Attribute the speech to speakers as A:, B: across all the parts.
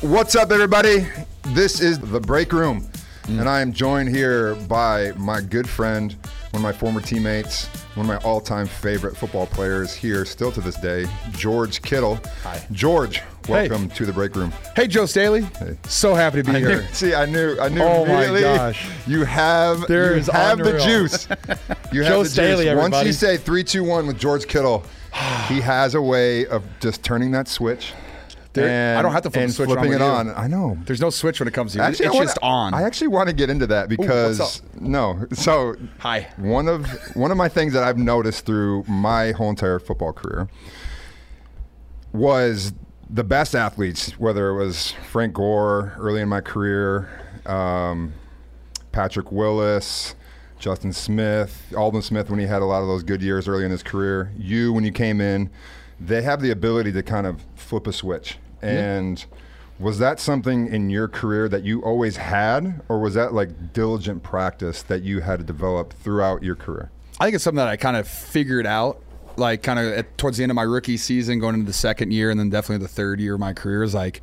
A: What's up, everybody? This is the break room, and I am joined here by my good friend, one of my former teammates, one of my all-time favorite football players here, still to this day, George Kittle. Hi, George. Welcome to the break room.
B: Hey, Joe Staley. So happy to be here.
A: See, I knew, I knew.
B: Oh my
A: immediately
B: gosh.
A: You have,
B: There
A: you
B: is
A: have the
B: unreal.
A: juice. You have
B: Joe
A: the
B: Staley,
A: juice. Once you
B: everybody.
A: say three, two, one with George Kittle, he has a way of just turning that switch.
B: There-
A: and-
B: I don't have to flip
A: and
B: the switch when I'm
A: flipping it
B: with
A: on.
B: you.
A: I know.
B: There's no switch when it comes to you.
A: Actually,
B: it's
A: I wanna-
B: just on.
A: I actually want to get into that because
B: up?
A: no, so
B: Hi.
A: One of one of my things that I've noticed through my whole entire football career was the best athletes, whether it was Frank Gore early in my career, um, Patrick Willis, Justin Smith, Alden Smith when he had a lot of those good years early in his career, you when you came in, they have the ability to kind of flip a switch. And was that something in your career that you always had, or was that like diligent practice that you had to develop throughout your career?
B: I think it's something that I kind of figured out, like kind of at, towards the end of my rookie season, going into the second year, and then definitely the third year of my career is like,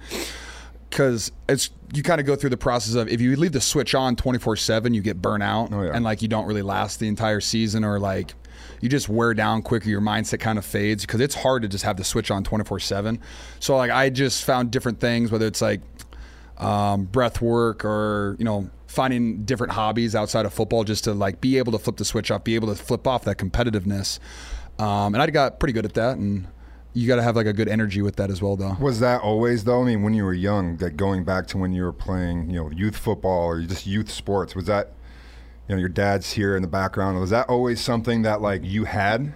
B: because it's you kind of go through the process of if you leave the switch on twenty four seven, you get burnt out,
A: Oh, yeah.
B: and like you don't really last the entire season, or like you just wear down quicker. Your mindset kind of fades because it's hard to just have the switch on twenty four seven. So like I just found different things, whether it's like um, breath work or you know finding different hobbies outside of football just to like be able to flip the switch off be able to flip off that competitiveness um, and i got pretty good at that and you got to have like a good energy with that as well though
A: Was that always though? I mean, when you were young, like going back to when you were playing, you know, youth football or just youth sports, was that, you know, your dad's here in the background? Was that always something that like you had,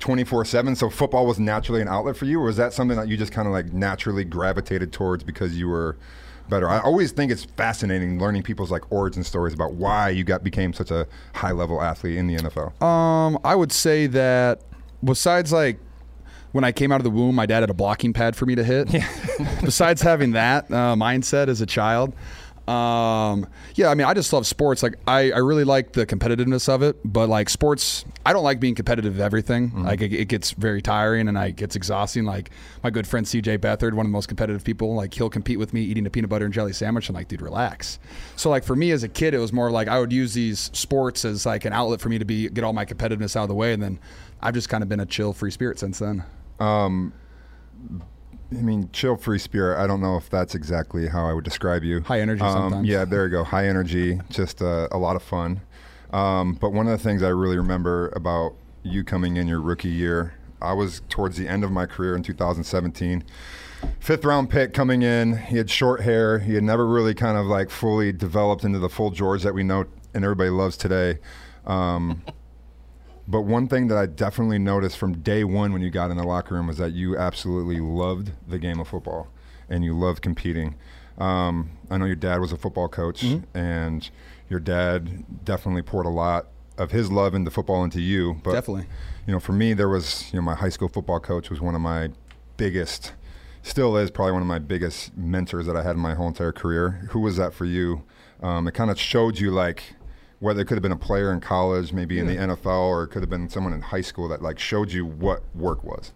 A: twenty four seven? So football was naturally an outlet for you, or was that something that you just kind of like naturally gravitated towards because you were better? I always think it's fascinating learning people's like origin stories about why you got became such a high level athlete in the NFL.
B: Um, I would say that besides like when I came out of the womb, my dad had a blocking pad for me to hit. besides having that uh, mindset as a child, um, yeah, I mean, I just love sports. Like, I, I really like the competitiveness of it, but like sports, I don't like being competitive of everything. Like, it, it gets very tiring and like gets exhausting. Like, my good friend CJ Beathard, one of the most competitive people, like he'll compete with me eating a peanut butter and jelly sandwich. I'm like, dude, relax. So like for me as a kid, it was more like I would use these sports as like an outlet for me to be get all my competitiveness out of the way, and then I've just kind of been a chill, free spirit since then.
A: I mean, chill, free spirit. I don't know if that's exactly how I would describe you.
B: High energy
A: Um,
B: sometimes.
A: Yeah, there you go. High energy, just uh, a lot of fun. Um, but one of the things I really remember about you coming in your rookie year, I was towards the end of my career in 2017. Fifth round pick coming in. He had short hair. He had never really kind of like fully developed into the full George that we know and everybody loves today. Um, But one thing that I definitely noticed from day one when you got in the locker room was that you absolutely loved the game of football and you loved competing. Um, I know your dad was a football coach, and your dad definitely poured a lot of his love into football into you. But
B: Definitely.
A: you know, for me, there was you know my high school football coach was one of my biggest, still is probably one of my biggest mentors that I had in my whole entire career. Who was that for you? Um, it kind of showed you like whether it could have been a player in college, maybe in the NFL, or it could have been someone in high school that like showed you what work was.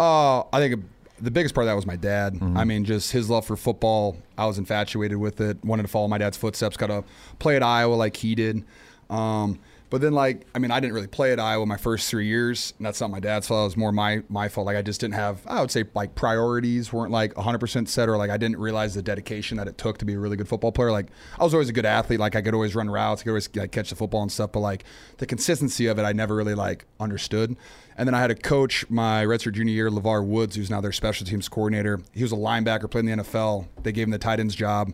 B: Uh, I think the biggest part of that was my dad. I mean, just his love for football. I was infatuated with it. Wanted to follow my dad's footsteps. Got to play at Iowa like he did. Um, but then, like, I mean, I didn't really play at Iowa my first three years, and that's not my dad's fault. It was more my my fault. Like, I just didn't have. I would say like priorities weren't like 100% set, or like I didn't realize the dedication that it took to be a really good football player. Like, I was always a good athlete. Like, I could always run routes. I could always like, catch the football and stuff. But like the consistency of it, I never really like understood. And then I had a coach my redshirt junior year, LeVar Woods, who's now their special teams coordinator. He was a linebacker, played in the NFL. They gave him the tight ends job.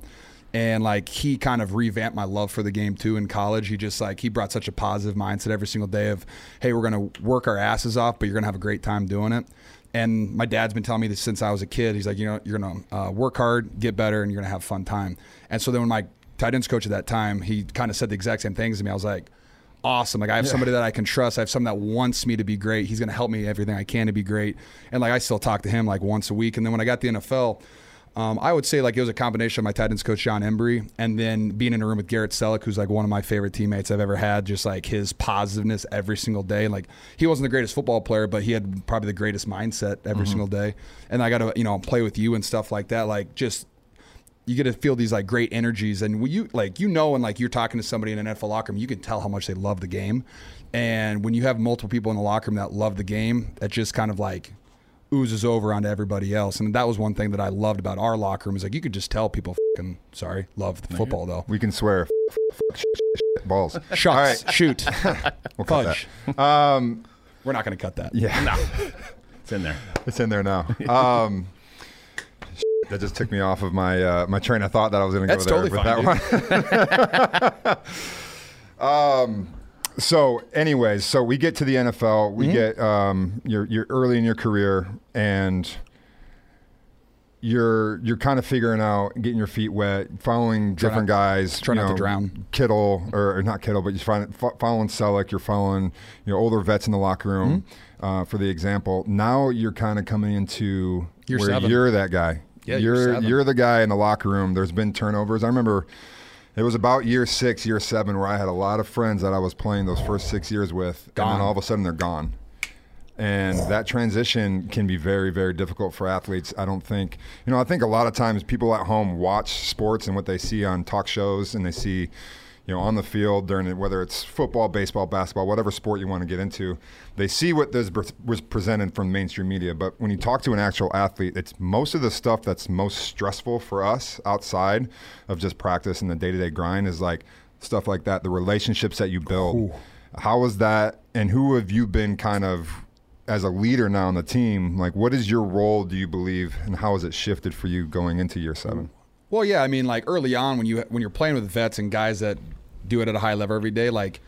B: And like he kind of revamped my love for the game too in college. He just like he brought such a positive mindset every single day of, hey, we're gonna work our asses off, but you're gonna have a great time doing it. And my dad's been telling me this since I was a kid. He's like, you know, you're gonna uh, work hard, get better, and you're gonna have a fun time. And so then when my tight ends coach at that time, he kind of said the exact same things to me. I was like, awesome. Like I have somebody that I can trust. I have someone that wants me to be great. He's going to help me everything I can to be great. And like I still talk to him like once a week. And then when I got the NFL, um, I would say like it was a combination of my tight ends coach John Embry and then being in a room with Garrett Selleck, who's like one of my favorite teammates I've ever had. Just like his positiveness every single day. Like he wasn't the greatest football player, but he had probably the greatest mindset every single day. And I got to you know play with you and stuff like that. Like just you get to feel these like great energies and when you like you know when like you're talking to somebody in an NFL locker room you can tell how much they love the game and when you have multiple people in the locker room that love the game that just kind of like oozes over onto everybody else and that was one thing that I loved about our locker room is like you could just tell people fucking sorry love the football though
A: We can swear. Balls.
B: shucks shoot
A: We'll cut
B: fudge
A: that. Um,
B: we're not going to cut that
A: yeah,
C: It's in there.
A: it's in there now. Um, that just took me off of my uh, my train of thought that I was going to go
B: That's
A: there
B: totally
A: with
B: fine,
A: that one. Um, So, anyways, so we get to the NFL.
B: Mm-hmm.
A: We get um, you're you're early in your career, and you're you're kind of figuring out, getting your feet wet, following different guys.
B: try
A: you
B: not to drown.
A: Kittle or, or not Kittle, but you're find, fo- following Selleck. You're following you know older vets in the locker room
B: Mm-hmm.
A: uh, for the example. Now you're kind of coming into
B: Year
A: where
B: seven.
A: you're that guy.
B: Yeah, year
A: you're
B: seven.
A: you're the guy in the locker room. There's been turnovers. I remember. It was about year six, year seven, where I had a lot of friends that I was playing those first six years with, and
B: Gone.
A: then all of a sudden they're gone. And that transition can be very, very difficult for athletes. I don't think, you know, I think a lot of times people at home watch sports and what they see on talk shows and they see, you know, on the field during it, whether it's football, baseball, basketball, whatever sport you want to get into, they see what this pres- was presented from mainstream media. But when you talk to an actual athlete, it's most of the stuff that's most stressful for us outside of just practice and the day to day grind is like stuff like that, the relationships that you build. How was that? And who have you been kind of as a leader now on the team? Like, what is your role, do you believe, and how has it shifted for you going into year seven?
B: Well, yeah, I mean, like early on when you when you're playing with vets and guys that do it at a high level every day, like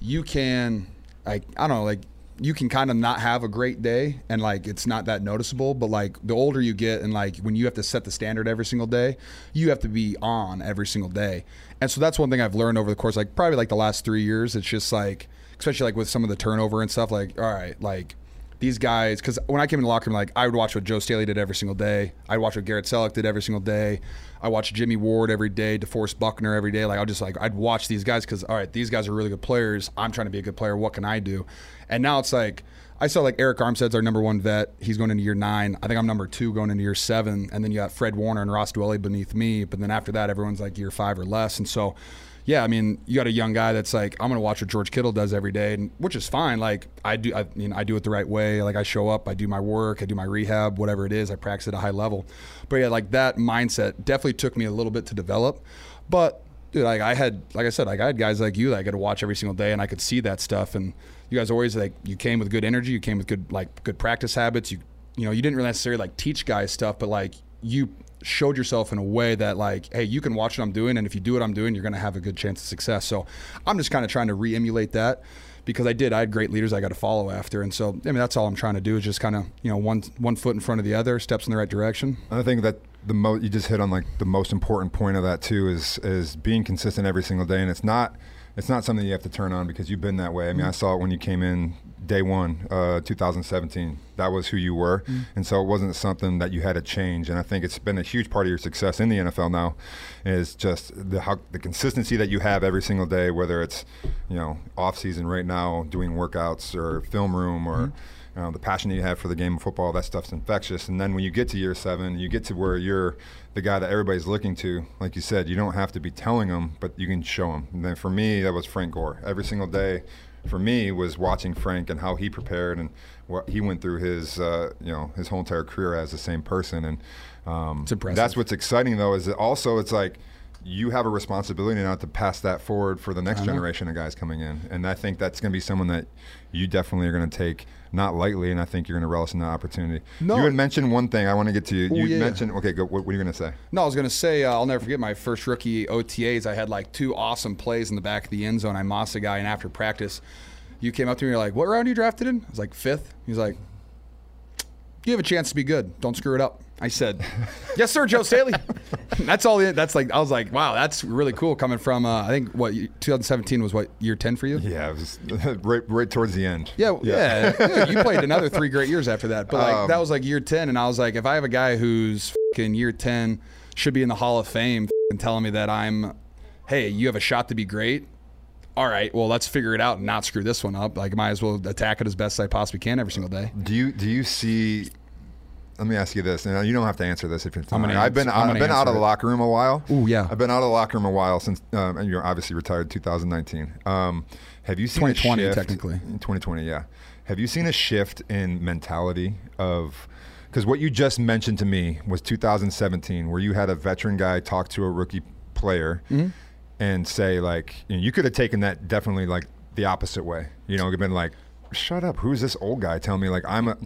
B: you can, like I don't know, like you can kind of not have a great day and like it's not that noticeable. But like the older you get and like when you have to set the standard every single day, you have to be on every single day. And so that's one thing I've learned over the course, like probably like the last three years. It's just like, especially like with some of the turnover and stuff. Like, all right, like these guys because when I came in the locker room, like I would watch what Joe Staley did every single day. I'd watch what Garrett Selleck did every single day. I watched Jimmy Ward every day, DeForest Buckner every day. Like I just like I'd watch these guys because all right, these guys are really good players. I'm trying to be a good player. What can I do? And now it's like I saw like Eric Armstead's our number one vet. He's going into year nine. I think I'm number two going into year seven. And then you got Fred Warner and Ross Dwelly beneath me. But then after that, everyone's like year five or less. And so yeah, I mean, you got a young guy that's like, I'm gonna watch what George Kittle does every day, and which is fine. Like I do, I mean, I do it the right way. Like I show up, I do my work, I do my rehab, whatever it is. I practice at a high level. But yeah, like that mindset definitely took me a little bit to develop. But dude, like I had, like I said, like I had guys like you that I got to watch every single day, and I could see that stuff. And you guys always like, you came with good energy, you came with good like good practice habits. You you know, you didn't really necessarily like teach guys stuff, but like you showed yourself in a way that like, hey, you can watch what I'm doing, and if you do what I'm doing, you're gonna have a good chance of success. So I'm just kind of trying to re-emulate that because I did. I had great leaders I got to follow after, and so I mean that's all I'm trying to do is just kind of you know one one foot in front of the other, steps in the right direction.
A: I think that the mo you just hit on like the most important point of that too is is being consistent every single day, and it's not it's not something you have to turn on because you've been that way. I mean, I saw it when you came in day one, uh, 2017. That was who you were, and so it wasn't something that you had to change. And I think it's been a huge part of your success in the NFL now, is just the how the consistency that you have every single day, whether it's you know off season right now doing workouts or film room or uh, the passion that you have for the game of football, that stuff's infectious. And then when you get to year seven, you get to where you're the guy that everybody's looking to. Like you said, you don't have to be telling them, but you can show them. And then for me, that was Frank Gore. Every single day for me was watching Frank and how he prepared and what he went through his, uh, you know, his whole entire career as the same person. And um,
B: It's impressive.
A: that's what's exciting though is that also it's like you have a responsibility now to pass that forward for the next
B: Uh-huh.
A: generation of guys coming in and i think that's going to be someone that you definitely are going to take not lightly and i think you're going to relish in that opportunity
B: No. Oh,
A: you had mentioned one thing i want to get to you you
B: yeah.
A: mentioned okay go, what, what are you going to say
B: No, I was gonna say uh, I'll never forget my first rookie OTAs. I had like two awesome plays in the back of the end zone. I mossed a guy, and after practice, you came up to me. You're like, "What round you drafted in?" I was like, fifth. He's like, "You have a chance to be good. Don't screw it up." I said, "Yes, sir, Joe Staley." that's all. it- That's like I was like, "Wow, that's really cool." Coming from uh, I think what 2017 was what year 10 for you?
A: yeah it was right, right towards the end
B: Yeah, yeah. yeah, You played another three great years after that, but like
A: Um,
B: that was like year ten, and I was like, if I have a guy who's in year ten should be in the Hall of Fame and telling me that I'm, hey, you have a shot to be great. All right, well, let's figure it out and not screw this one up. Like, might as well attack it as best I possibly can every single day.
A: Do you do you see let me ask you this, and you don't have to answer this if you're.
B: I'm gonna
A: I've been
B: answer-
A: out,
B: I'm
A: I've
B: gonna
A: been out
B: answer
A: of the
B: it.
A: locker room a while.
B: Ooh, yeah.
A: I've been out of the locker room a while since, um, and you're obviously retired 2019. Um, have you seen a
B: 2020
A: shift-
B: technically.
A: 2020, yeah. Have you seen a shift in mentality of? Because what you just mentioned to me was 2017, where you had a veteran guy talk to a rookie player and say like, you, know, you could have taken that definitely like the opposite way. You know, it'd have been like, shut up, who's this old guy telling me like I'm a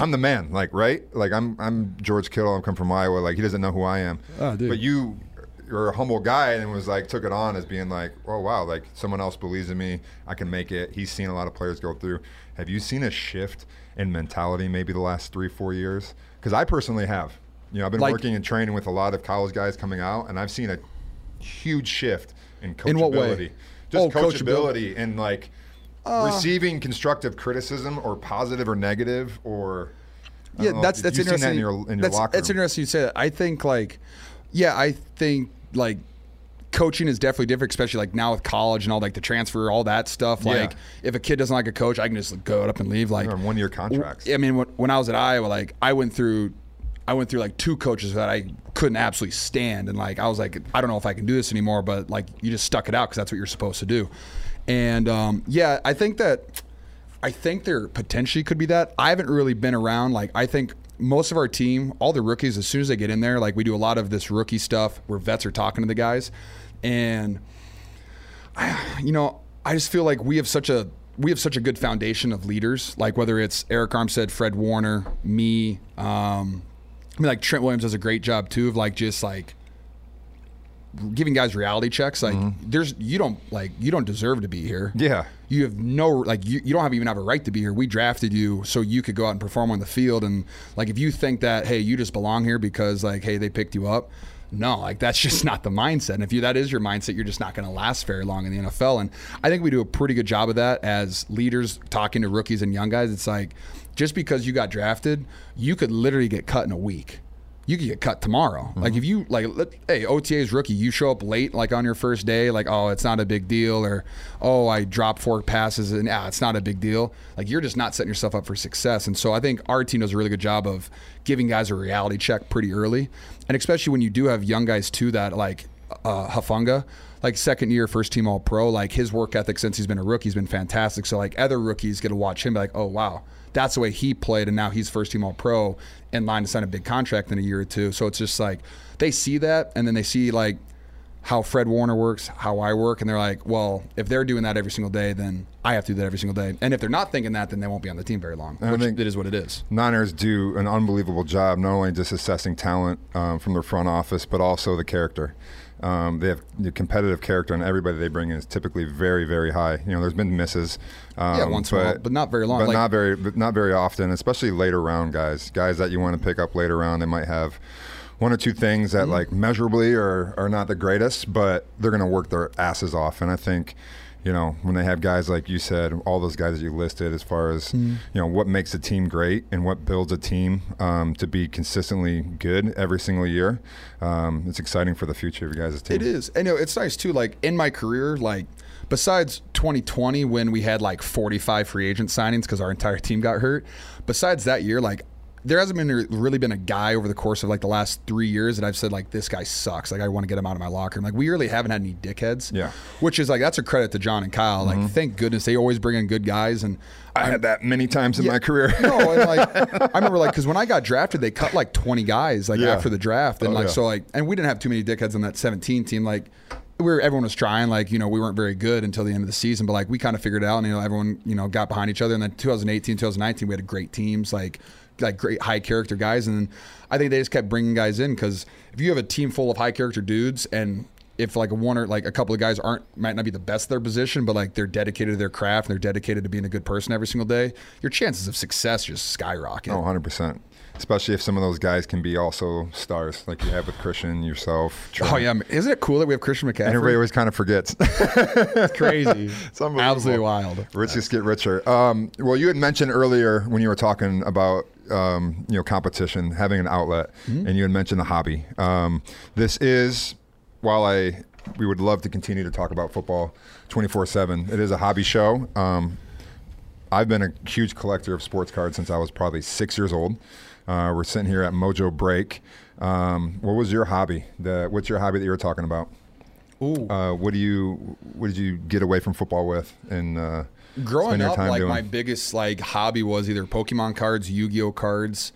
A: I'm the man, like right, like I'm I'm George Kittle. I'm come from Iowa. Like he doesn't know who I am.
B: Oh, dude.
A: But you, you're a humble guy, and was like took it on as being like, oh wow, like someone else believes in me. I can make it. He's seen a lot of players go through. Have you seen a shift in mentality maybe the last three four years? Because I personally have. You know, I've been
B: Like-
A: working and training with a lot of college guys coming out, and I've seen a huge shift in coachability.
B: In what way?
A: Just
B: Oh, Ah.
A: coachability and like receiving constructive criticism or positive or negative or I don't
B: yeah,
A: know,
B: that's
A: did
B: that's
A: you seen
B: interesting.
A: that in your in your
B: that's,
A: locker
B: that's
A: room?
B: interesting you say that. I think like, yeah, I think like coaching is definitely different, especially like now with college and all like the transfer, all that stuff.
A: Yeah.
B: Like, if a kid doesn't like a coach, I can just like, go up and leave. Like,
A: They're on one-year contracts.
B: I mean, when, when I was at Iowa, like I went through, I went through like two coaches that I couldn't absolutely stand, and like I was like, I don't know if I can do this anymore, but like you just stuck it out because that's what you're supposed to do. And um, yeah, I think that, I think there potentially could be that. I haven't really been around. Like I think most of our team, all the rookies, as soon as they get in there, like we do a lot of this rookie stuff where vets are talking to the guys, and you know, I just feel like we have such a we have such a good foundation of leaders. Like whether it's Eric Armstead, Fred Warner, me. Um, I mean, like Trent Williams does a great job too of like just like giving guys reality checks. Like there's you don't like you don't deserve to be here.
A: Yeah.
B: You have no like you, you don't have even have a right to be here. We drafted you so you could go out and perform on the field and like if you think that hey you just belong here because like hey they picked you up, no like that's just not the mindset. And if you that is your mindset, you're just not going to last very long in the NFL. And I think we do a pretty good job of that as leaders talking to rookies and young guys. It's like just because you got drafted, you could literally get cut in a week you could get cut tomorrow. Like if you like, let, hey, OTA's rookie, you show up late, like on your first day, like oh, it's not a big deal, or oh, I dropped four passes and ah, it's not a big deal. Like you're just not setting yourself up for success. And so I think our team does a really good job of giving guys a reality check pretty early, and especially when you do have young guys too that like uh, Hafunga, like second year, first team All Pro. Like his work ethic since he's been a rookie has been fantastic. So like other rookies get to watch him, be like, oh wow, that's the way he played, and now he's first team All Pro in line to sign a big contract in a year or two. So it's just like they see that, and then they see like how Fred Warner works, how I work, and they're like, well, if they're doing that every single day, then I have to do that every single day. And if they're not thinking that, then they won't be on the team very long.
A: I
B: which
A: think-
B: it is what it is.
A: Niners do an unbelievable job, not only just assessing talent um, from their front office, but also the character. Um, they have the competitive character, and everybody they bring in is typically very, very high. You know, there's been misses, um,
B: Yeah, once in a while, but not very long.
A: But
B: Like-
A: not very, but not very often, especially later round guys. Guys that you want to pick up later round, they might have one or two things
B: Mm-hmm.
A: that, like, measurably are are not the greatest, but they're going to work their asses off. And I think you know, when they have guys like you said, all those guys that you listed, as far as
B: Mm-hmm.
A: you know, what makes a team great and what builds a team um, to be consistently good every single year, um, it's exciting for the future of your guys' team.
B: It is. And you know, it's nice too. Like in my career, like besides 2020 when we had like 45 free agent signings because our entire team got hurt. Besides that year, like there hasn't been really been a guy over the course of like the last three years that I've said like this guy sucks. Like I want to get him out of my locker room. Like we really haven't had any dickheads.
A: Yeah. Mm-hmm.
B: Which is like that's a credit to John and Kyle. Like thank goodness they always bring in good guys and
A: I had that many times in my career.
B: no, and like I remember, like because when I got drafted, they cut like twenty guys like
A: Yeah.
B: after the draft, and
A: Oh,
B: like
A: yeah.
B: so like, and we didn't have too many dickheads on that seventeen team. Like we were, everyone was trying. Like you know, we weren't very good until the end of the season, but like we kind of figured it out, and you know, everyone you know got behind each other. And then 2018, 2019, we had great teams, like like great high character guys, and then I think they just kept bringing guys in because if you have a team full of high character dudes and if like one or like a couple of guys aren't might not be the best at their position, but like they're dedicated to their craft and they're dedicated to being a good person every single day, your chances of success just skyrocket.
A: Oh, 100%. Especially if some of those guys can be also stars, like you have with Christian, yourself. Trent.
B: Oh, yeah, man. isn't it cool that we have Christian
A: And everybody
B: McCaffrey?
A: always kind of forgets.
B: It's crazy, it's
A: unbelievable.
B: absolutely wild.
A: Rich just get richer. Um, well, you had mentioned earlier when you were talking about um, you know competition, having an outlet, and you had mentioned the hobby. Um, this is while I we would love to continue to talk about football twenty four seven. It is a hobby show. Um, I've been a huge collector of sports cards since I was probably six years old. Uh, we're sitting here at Mojo Break. Um, what was your hobby? The, what's your hobby that you were talking about?
B: Ooh.
A: Uh, what do you what did you get away from football with and uh,
B: growing
A: spend your
B: up
A: time
B: like
A: doing?
B: my biggest like hobby was either pokemon cards yu-gi-oh cards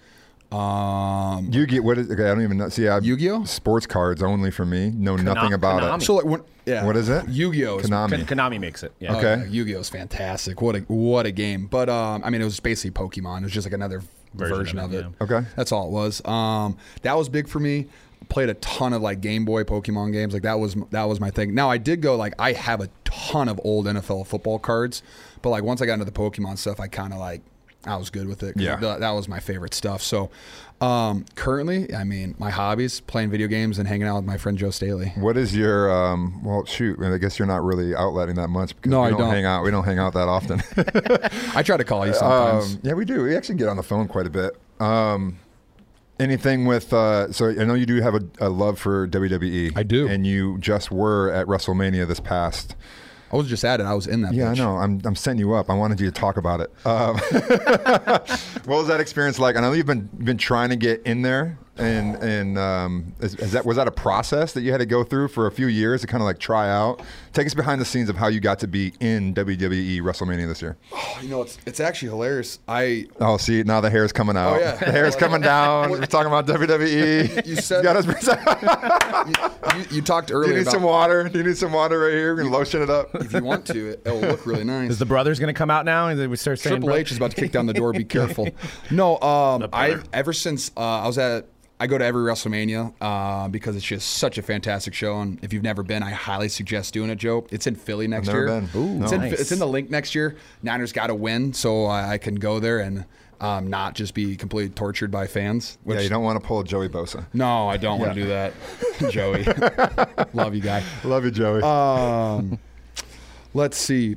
B: um
A: you get what is okay? I don't even know. See, I,
B: Yu-Gi-Oh?
A: sports cards only for me. Know nothing about
C: Konami.
A: it.
B: so like when, yeah
A: What is it?
B: yu-gi-oh is
A: Konami.
C: Kon- Konami makes it. Yeah.
A: Okay.
B: Oh, yeah, Yu-Gi-Oh is fantastic. What a what a game. But um, I mean, it was basically Pokemon. It was just like another version,
C: Version
B: of
C: of
B: it.
C: it,
A: Okay.
B: that's all it was. Um, that was big for me. Played a ton of like Game Boy Pokemon games. Like that was that was my thing. Now I did go like I have a ton of old NFL football cards, but like once I got into the Pokemon stuff, I kind of like I was good with it. 'Cause
A: Yeah.
B: that, that was my favorite stuff. So um, currently, I mean, my hobbies playing video games and hanging out with my friend Joe Staley.
A: What is your um, well? Shoot, I guess you're not really outletting that much because
B: No,
A: we
B: I
A: don't,
B: don't.
A: hang out. We don't hang out that often.
B: I try to call you sometimes.
A: um, yeah, we do. We actually get on the phone quite a bit. Um, anything with? Uh, so I know you do have a, a love for WWE.
B: I do.
A: and you just were at WrestleMania this past.
B: I was just at it. I was in that.
A: Yeah, I
B: bitch.
A: know. I'm, I'm setting you up. I wanted you to talk about it. Um, what was that experience like? I know you've been you've been trying to get in there, and and um, is, is that was that a process that you had to go through for a few years to kind of like try out? Take us behind the scenes of how you got to be in WWE WrestleMania this year.
B: You know, it's it's actually hilarious. I
A: Oh, see, now the hair's coming out.
B: Oh, yeah.
A: The hair's coming down. We're talking about WWE.
B: You said-
A: got us-
B: you, you talked
A: Do
B: earlier
A: you need
B: about
A: some water? Do you need some water right here? We're gonna lotion it up.
B: if you want to, it, it'll look really nice.
C: Is the brothers going to come out now and they would start saying
B: Triple H is about to kick down the door. Be careful. No, um, I
C: brother.
B: ever since uh, I was at. I go to every WrestleMania uh, because it's just such a fantastic show, and if you've never been, I highly suggest doing it, Joe. It's in Philly next
A: never
B: year.
A: been. Ooh,
B: it's, in,
C: nice.
B: it's in the link next year. Niners got to win, so I, I can go there and um, not just be completely tortured by fans. Which
A: Yeah, you don't want to pull a Joey Bosa.
B: No, I don't want to do that, Joey. Love you, guy.
A: Love you, Joey.
B: Um, let's see.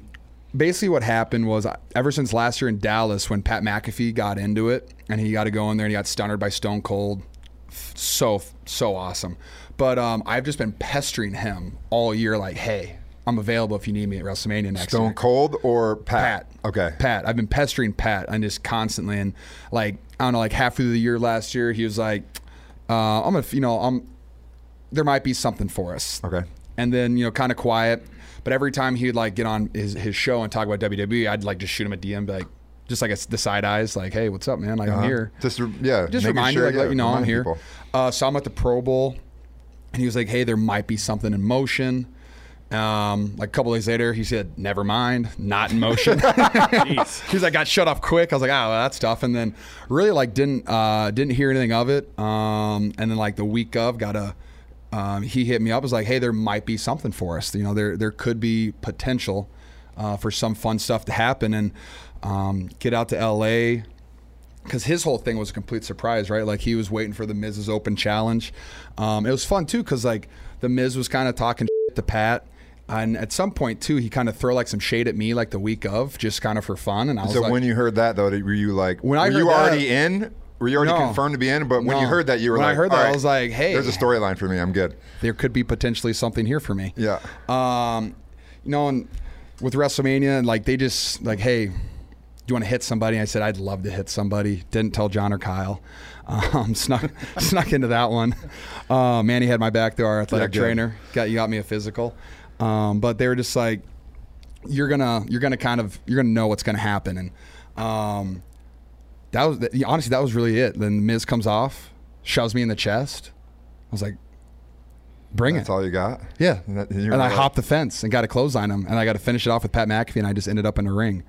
B: Basically, what happened was I- ever since last year in Dallas, when Pat McAfee got into it and he got to go in there and he got stunnered by Stone Cold, f- so so awesome. But um, I've just been pestering him all year, like, "Hey, I'm available if you need me at WrestleMania next year."
A: Stone Cold or Pat?
B: Pat.
A: Okay.
B: Pat. I've been pestering Pat and just constantly and like I don't know, like half through the year last year, he was like, uh, "I'm gonna, you know, I'm there might be something for us."
A: Okay.
B: And then you know, kind of quiet. But every time he'd like get on his, his show and talk about WWE, I'd like just shoot him a DM, be like just like a, the side eyes, like, "Hey, what's up, man? Like I'm
A: Uh-huh.
B: here."
A: Just re- yeah.
B: just
A: making
B: remind
A: sure,
B: you, like,
A: yeah,
B: let you know I'm
A: remind
B: here.
A: people.
B: Uh, so I'm at the Pro Bowl, and he was like, "Hey, there might be something in motion." Um, like a couple days later, he said, "Never mind, not in motion."
C: Jeez.
B: He's like, "Got shut off quick." I was like, "Ah, well, that's tough." And then really like didn't uh, didn't hear anything of it. Um, and then like the week of, got a. Um, he hit me up. Was like, "Hey, there might be something for us. You know, there there could be potential uh, for some fun stuff to happen." And um, get out to L.A because his whole thing was a complete surprise, right? Like he was waiting for the Miz's open challenge. Um, it was fun too because like the Miz was kind of talking shit to Pat, and at some point too, he kind of throw like some shade at me like the week of, just kind of for fun. And I was
A: So
B: like,
A: when you heard that though, did- were you like,
B: When I
A: were you
B: heard that-
A: already in? Were you already
B: No.
A: confirmed to be in? But when you
B: No.
A: heard that, you were
B: When I
A: like,
B: heard that,
A: "All
B: I
A: right,
B: was like, hey."
A: there's a storyline for me. I'm good."
B: there could be potentially something here for me.
A: Yeah.
B: Um, you know, and with WrestleMania, and like they just like, hey, do you want to hit somebody? I said I'd love to hit somebody. Didn't tell John or Kyle. Um, snuck snuck into that one. Uh, Manny had my back there, our athletic
A: Yeah, good.
B: trainer. Got you got me a physical. Um, but they were just like, you're gonna you're gonna kind of you're gonna know what's gonna happen and. Um, that was that- honestly that was really it. Then Miz comes off, shoves me in the chest. I was like, "Bring
A: That's
B: it!"
A: all you got.
B: Yeah,
A: And, that- you
B: and
A: were
B: I
A: like-
B: hopped the fence and got a clothesline him, and I got to finish it off with Pat McAfee, and I just ended up in a ring,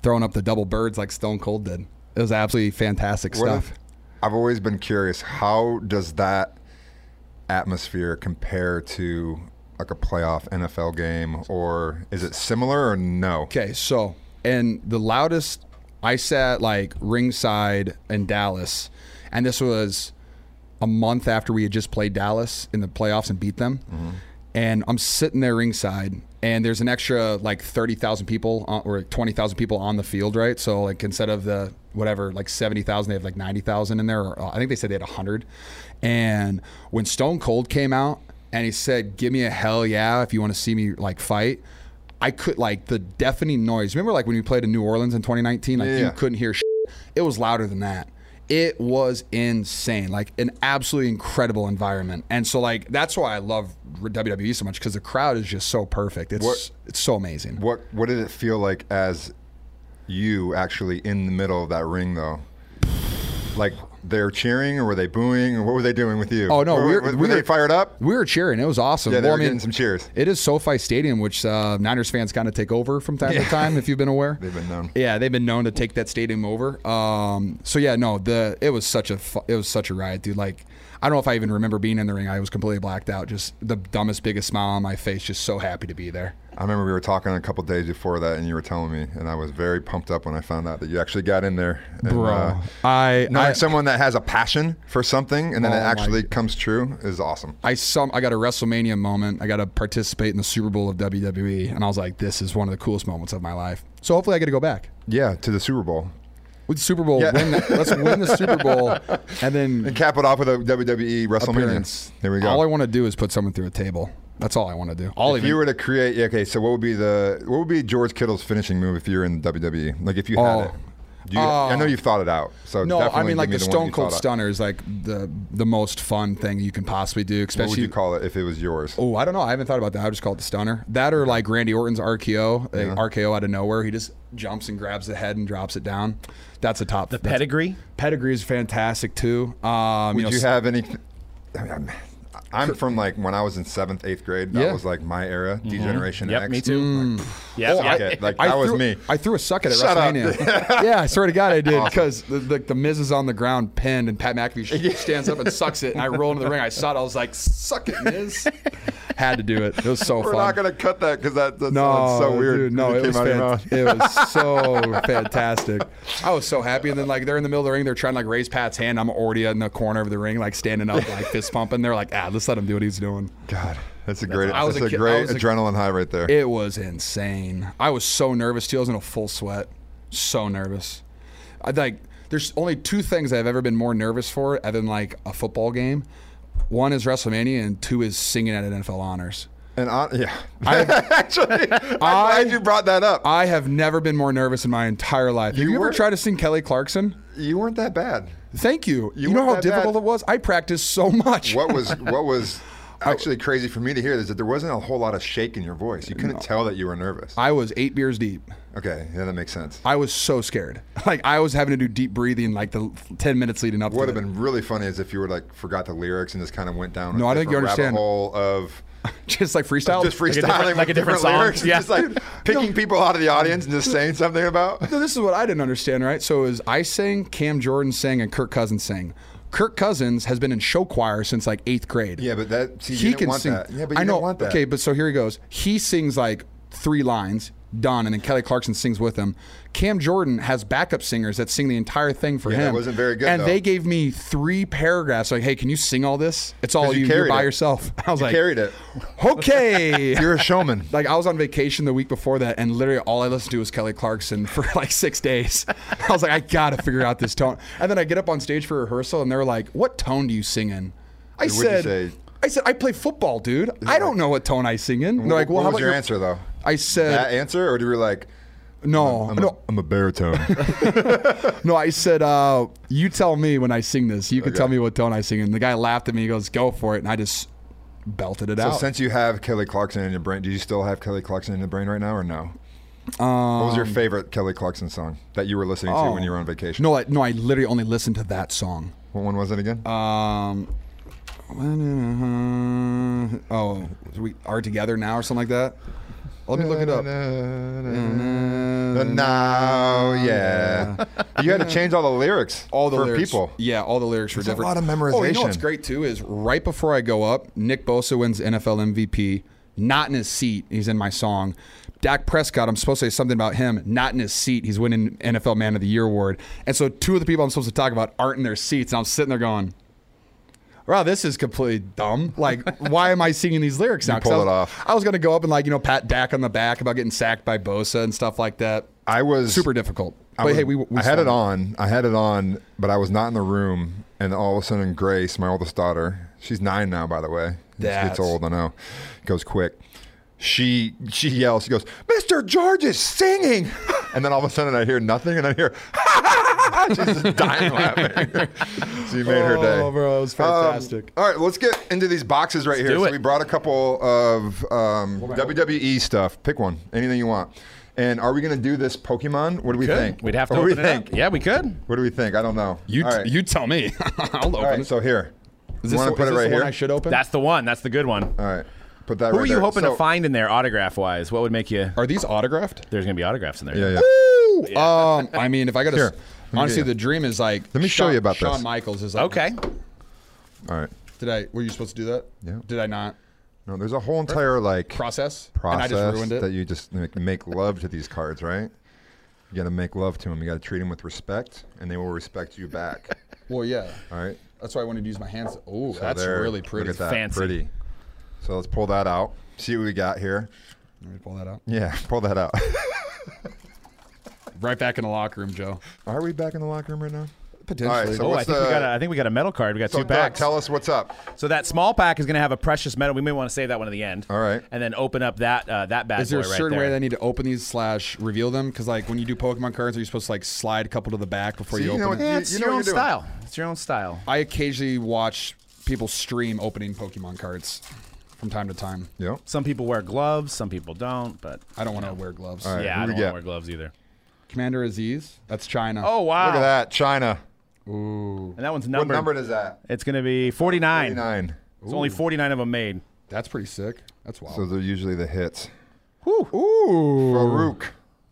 B: throwing up the double birds like Stone Cold did. It was absolutely fantastic
A: What
B: stuff.
A: if- I've always been curious. How does that atmosphere compare to like a playoff NFL game, or is it similar or no?
B: Okay, so and the loudest I sat like ringside in Dallas, and this was a month after we had just played Dallas in the playoffs and beat them. And I'm sitting there ringside, and there's an extra like thirty thousand people on, or twenty thousand people on the field, right? So like instead of the whatever like seventy thousand, they have like ninety thousand in there. Or, uh, I think they said they had hundred. And when Stone Cold came out and he said, "Give me a hell yeah if you want to see me like fight," I could like the deafening noise. Remember, like when we played in New Orleans in 2019, like
A: Yeah,
B: you
A: yeah.
B: couldn't hear. Shit. It was louder than that. It was insane, like an absolutely incredible environment. And so, like that's why I love WWE E so much because the crowd is just so perfect. It's
A: What-
B: it's so amazing.
A: What What did it feel like as you actually in the middle of that ring though? Like they're cheering or were they booing or what were they doing with you?
B: Oh, no,
A: Were-
B: we were-
A: were,
B: we
A: were they
B: were-
A: fired up?
B: We were cheering. It was awesome.
A: Yeah, they
B: Well,
A: were
B: I mean,
A: getting some cheers.
B: It is SoFi Stadium, which uh, Niners fans kind of take over from time to time. If you've been aware,
A: They've been known.
B: Yeah, they've been known to take that stadium over. Um, so yeah, no, the it was such a fu- it was such a riot, dude. Like I don't know if I even remember being in the ring. I was completely blacked out. Just the dumbest, biggest smile on my face. Just so happy to be there.
A: I remember we were talking a couple days before that, and you were telling me, and I was very pumped up when I found out that you actually got in there, and, uh,
B: I
A: knowing
B: I,
A: someone that has a passion for something and then
B: Oh,
A: it
B: my
A: actually comes true is awesome.
B: I some I got a WrestleMania moment. I got to participate in the Super Bowl of WWE, and I was like, this is one of the coolest moments of my life. So hopefully, I get to go back.
A: Yeah, to the Super Bowl.
B: With Super Bowl,
A: Yeah.
B: win that. let's win the Super Bowl, and then
A: And cap it off with a WWE WrestleMania.
B: appearance.
A: There we go.
B: All I want to do is put someone through a table. That's all I want to do. All
A: if
B: even,
A: you were to create, yeah, okay, so what would be the what would be George Kittle's finishing move if you were in WWE? E? Like if you had
B: Oh.
A: it, Do you,
B: Oh.
A: I know you've thought it out. So
B: no, I
A: definitely
B: mean
A: give
B: like
A: me one
B: the
A: you
B: Stone Cold
A: thought out.
B: Stunner is like the the most fun thing you can possibly do,
A: What would
B: especially.
A: you call it if it was yours?
B: Oh, I don't know. I haven't thought about that. I would just call it the stunner. That or like Randy Orton's RKO, like, RKO out of nowhere. He just jumps and grabs the head and drops it down. That's a top.
C: The
B: that's-
C: pedigree.
B: pedigree is fantastic too. Um,
A: Would
B: you know,
A: you have any? I mean, I'm, I'm from like when I was in seventh, eighth grade. That
B: Yeah. Mm-hmm.
A: was like my era, D Generation
C: Yep,
A: X.
C: me too. Yeah,
B: Oh,
C: yeah.
A: I- Okay, Mm. like, that was
B: threw,
A: me.
B: I threw a suck at it.
A: Shut up.
B: WrestleMania. yeah, I swear to God, I did because the, the the Miz is on the ground pinned, and Pat McAfee sh- stands up and sucks it, and I roll into the ring. I saw it. I was like, "Suck it, Miz." Had to do it. It was so
A: We're
B: fun.
A: not gonna cut that because that, that
B: no,
A: sounds Oh, so weird.
B: Dude, no,
A: when
B: it
A: came
B: was
A: out of your
B: fan-
A: mouth.
B: it was so fantastic. I was so happy, and then like they're in the middle of the ring, they're trying to like raise Pat's hand. I'm already in the corner of the ring, like standing up, like fist pumping. They're like, "Ah, let's let him do what he's doing."
A: God, that's a great,
B: I was
A: that's
B: a
A: a,
B: kid- I
A: great
B: was a-
A: adrenaline high right there.
B: It was insane. I was so nervous. too. I was in a full sweat. So nervous. I like. There's only two things I've ever been more nervous for, other than like a football game. One is WrestleMania, and two is singing at an NFL honors.
A: and I, yeah, actually, I'm glad you brought that up.
B: I have never been more nervous in my entire life. Have
A: You
B: you ever
A: were-
B: tried to sing Kelly Clarkson?
A: you weren't that bad.
B: Thank you. You, know
A: weren't
B: how
A: that
B: difficult
A: bad.
B: it was. I practiced so much.
A: What was what was actually crazy for me to hear is that there wasn't a whole lot of shake in your voice. You couldn't tell that you were nervous.
B: I was eight beers deep.
A: okay, yeah, that makes sense.
B: I was so scared. Like I was having to do deep breathing like the ten minutes leading up.
A: What
B: to
A: would
B: it.
A: have been really funny is if you were like forgot the lyrics and just kind of went down.
B: No,
A: a
B: I think you
A: different
B: understand.
A: Rabbit hole of
B: just like freestyle.
A: just
C: a different-
A: freestyling
C: like a
A: with
C: different song?
A: lyrics, and
C: Yeah.
A: just like picking people out of the audience and just saying something about.
B: So this is what I didn't understand, right? So is I sang, Cam Jordan sang, and Kirk Cousins sang. Kirk Cousins has been in show choir since like eighth grade.
A: Yeah, but that see, you didn't want that. Yeah, but you
B: I know.
A: don't want that.
B: Okay, but so here he goes. He sings like three lines, done, and then Kelly Clarkson sings with him. Cam Jordan has backup singers that sing the entire thing for
A: Yeah,
B: him.
A: that wasn't very good,
B: And
A: though.
B: they gave me three paragraphs. Like, hey, can you sing all this? It's all
A: 'Cause you
B: you. You're
A: carried
B: by
A: it.
B: yourself. I was
A: You
B: like,
A: carried it.
B: Okay.
A: You're a showman.
B: Like I was on vacation the week before that, and literally all I listened to was Kelly Clarkson for like six days. I was like, I gotta figure out this tone. And then I get up on stage for rehearsal, and they're like, "What tone do you sing in?" I
A: What'd you
B: said,
A: say?
B: "I said I play football, dude. I don't know what tone I sing in." And They're like, "Well,
A: what
B: how
A: was
B: about
A: your, answer though?
B: I said,
A: that answer, or do we like?
B: "No,
A: I'm,
B: no,
A: a, I'm a baritone.
B: no." I said, uh, "You tell me when I sing this. You can
A: Okay.
B: tell me what tone I sing in." The guy laughed at me. He goes, "Go for it," and I just belted it
A: so
B: out.
A: since you have Kelly Clarkson in your brain, do you still have Kelly Clarkson in the brain right now, or no? what was your favorite Kelly Clarkson song that you were listening to when you were on vacation?
B: Um, oh. no, I, no, I literally only listened to that song.
A: What one was it again?
B: Um, oh, we are together now or something like that. Let me look it up. Mm-hmm.
A: The now, yeah. you had to change all the lyrics
B: All the
A: for
B: lyrics,
A: people.
B: Yeah, all the lyrics were
A: There's a
B: different.
A: lot of
B: Oh, you know what's
A: memorization.
B: great too is right before I go up, Nick Bosa wins NFL MVP. Not in his seat, he's in my song. Dak Prescott, I'm supposed to say something about him. Not in his seat, he's winning NFL Man of the Year award. And so two of the people I'm supposed to talk about aren't in their seats, and I'm sitting there going. Wow, this is completely dumb. Like, why am I singing these lyrics now? 'Cause
A: pull
B: I was,
A: it off.
B: I was gonna go up and like you know pat Dak on the back about getting sacked by Bosa and stuff like that.
A: I was
B: Super difficult.
A: I
B: But
A: was-
B: hey, we, we
A: I had it
B: swung.
A: on. I had it on, but I was not in the room. And all of a sudden, Grace, my oldest daughter, she's nine now, by the way. It's-
B: That's-
A: It's old, I know. Goes quick. she she yells, she goes, Mr. George is singing. And then all of a sudden I hear nothing and I hear, she's just dying laughing. so you made her day.
B: Oh, bro, it was
A: Um,
B: fantastic.
A: all right, let's get into these boxes right here.
C: do
A: So
C: it.
A: we brought a couple of um, WWE stuff. Pick one, anything you want. And are we going to do this Pokemon? What do we
C: Good.
A: think?
C: We'd have to
A: What do
C: open
A: we
C: it
A: think?
C: up. Yeah, we could.
A: What do we think? I don't know.
B: you
A: all right.
B: you tell me. I'll open
A: all right,
B: it.
A: so here. you
B: Is this,
A: want
B: the-
A: to put
B: is
A: it
B: this
A: right
B: the
A: here?
B: one I should open?
C: That's the one. That's the good one.
A: all right. Put that
C: Who
A: right
C: are you
A: there.
C: hoping
A: So-
C: to find in there, autograph wise? What would make you?
B: Are these autographed?
C: There's gonna be autographs in there.
A: Yeah, yeah.
B: Woo! Um, I mean, if I got
A: Here, let
B: to,
A: me get
B: honestly,
A: you.
B: the dream is like.
A: Let me show
B: Shawn-
A: you about
B: Shawn
A: this.
B: Michaels is like.
C: Okay.
A: All right.
B: Did I? Were you supposed to do that?
A: Yeah.
B: Did I not
A: No, there's a whole entire like
B: process? And I
A: process
B: just ruined it.
A: that you just make, make love to these cards, right? You got to make love to them. You got to treat them with respect, and they will respect you back.
B: well, yeah.
A: All right.
B: That's why I wanted to use my hands. Oh,
A: So
B: that's
A: there-
B: really
A: look
B: pretty.
A: at that,
C: Fancy.
A: Pretty. So let's pull that out. See what we got here.
B: Let me pull that out.
A: Yeah, pull that out.
B: Right back in the locker room, Joe.
A: Are we back in the locker room right now?
B: Potentially.
A: All right, so
C: Oh, I
A: what's
C: think we
A: the-
C: got. A, I think we got a metal card. We got
A: So
C: two
A: Doug,
C: packs.
A: tell us what's up.
C: So that small pack is going to have a precious metal. We may want to save that one at the end.
A: All right.
C: And then open up that uh, that bad
B: Is there a
C: boy right
B: certain way
C: there.
B: that I need to open these slash reveal them? Because like when you do Pokemon cards, are you supposed to like slide a couple to the back before
A: See,
B: you
A: you know
B: open?
A: what-
B: it?
C: yeah, it's
A: You- you know
C: your
A: what you're
C: own
A: doing.
C: style. It's your own style.
B: I occasionally watch people stream opening Pokemon cards from time to time.
A: Yep.
C: Some people wear gloves. Some people don't. But
B: I don't want to wear gloves.
A: All right,
C: yeah,
A: who
C: I
A: we
C: don't
A: got?
C: want to wear gloves either.
B: Commander Aziz, that's China.
C: Oh wow!
A: Look at that, China.
B: Ooh,
C: And that one's
A: What
C: numbered.
A: number is that?
C: It's going to be 49.
A: Nine.
C: It's only 49 of them made.
B: that's pretty sick. That's
A: So
B: wild.
A: they're usually the hits.
B: Ooh,
A: Farouk,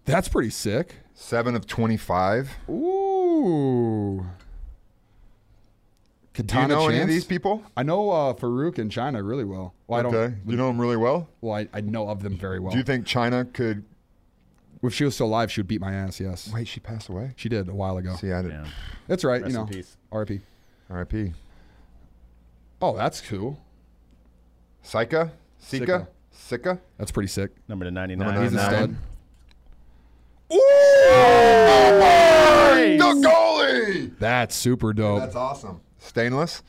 B: that's pretty sick.
A: seven of twenty-five.
B: Ooh.
A: Do you
B: Katana
A: know any of
B: Chance?
A: these people?
B: I know uh, Farouk and China really well. Well, I
A: Okay.
B: don't.
A: You know them really well.
B: Well, I, I know of them very well.
A: Do you think China could?
B: if she was still alive, she would beat my ass. Yes,
A: Wait, she passed away.
B: she did a while ago.
A: See, I did.
C: Yeah.
A: not
B: That's right.
C: Rest
B: you
C: in
B: know,
C: peace.
B: RP.
A: R.I.P.
B: Oh, that's cool.
A: Sika, Sika, Sika.
B: That's pretty sick.
C: Number to 99.
A: Number
B: He's a
A: Nine.
B: stud.
A: The goalie.
B: That's super dope.
A: That's awesome. Stainless.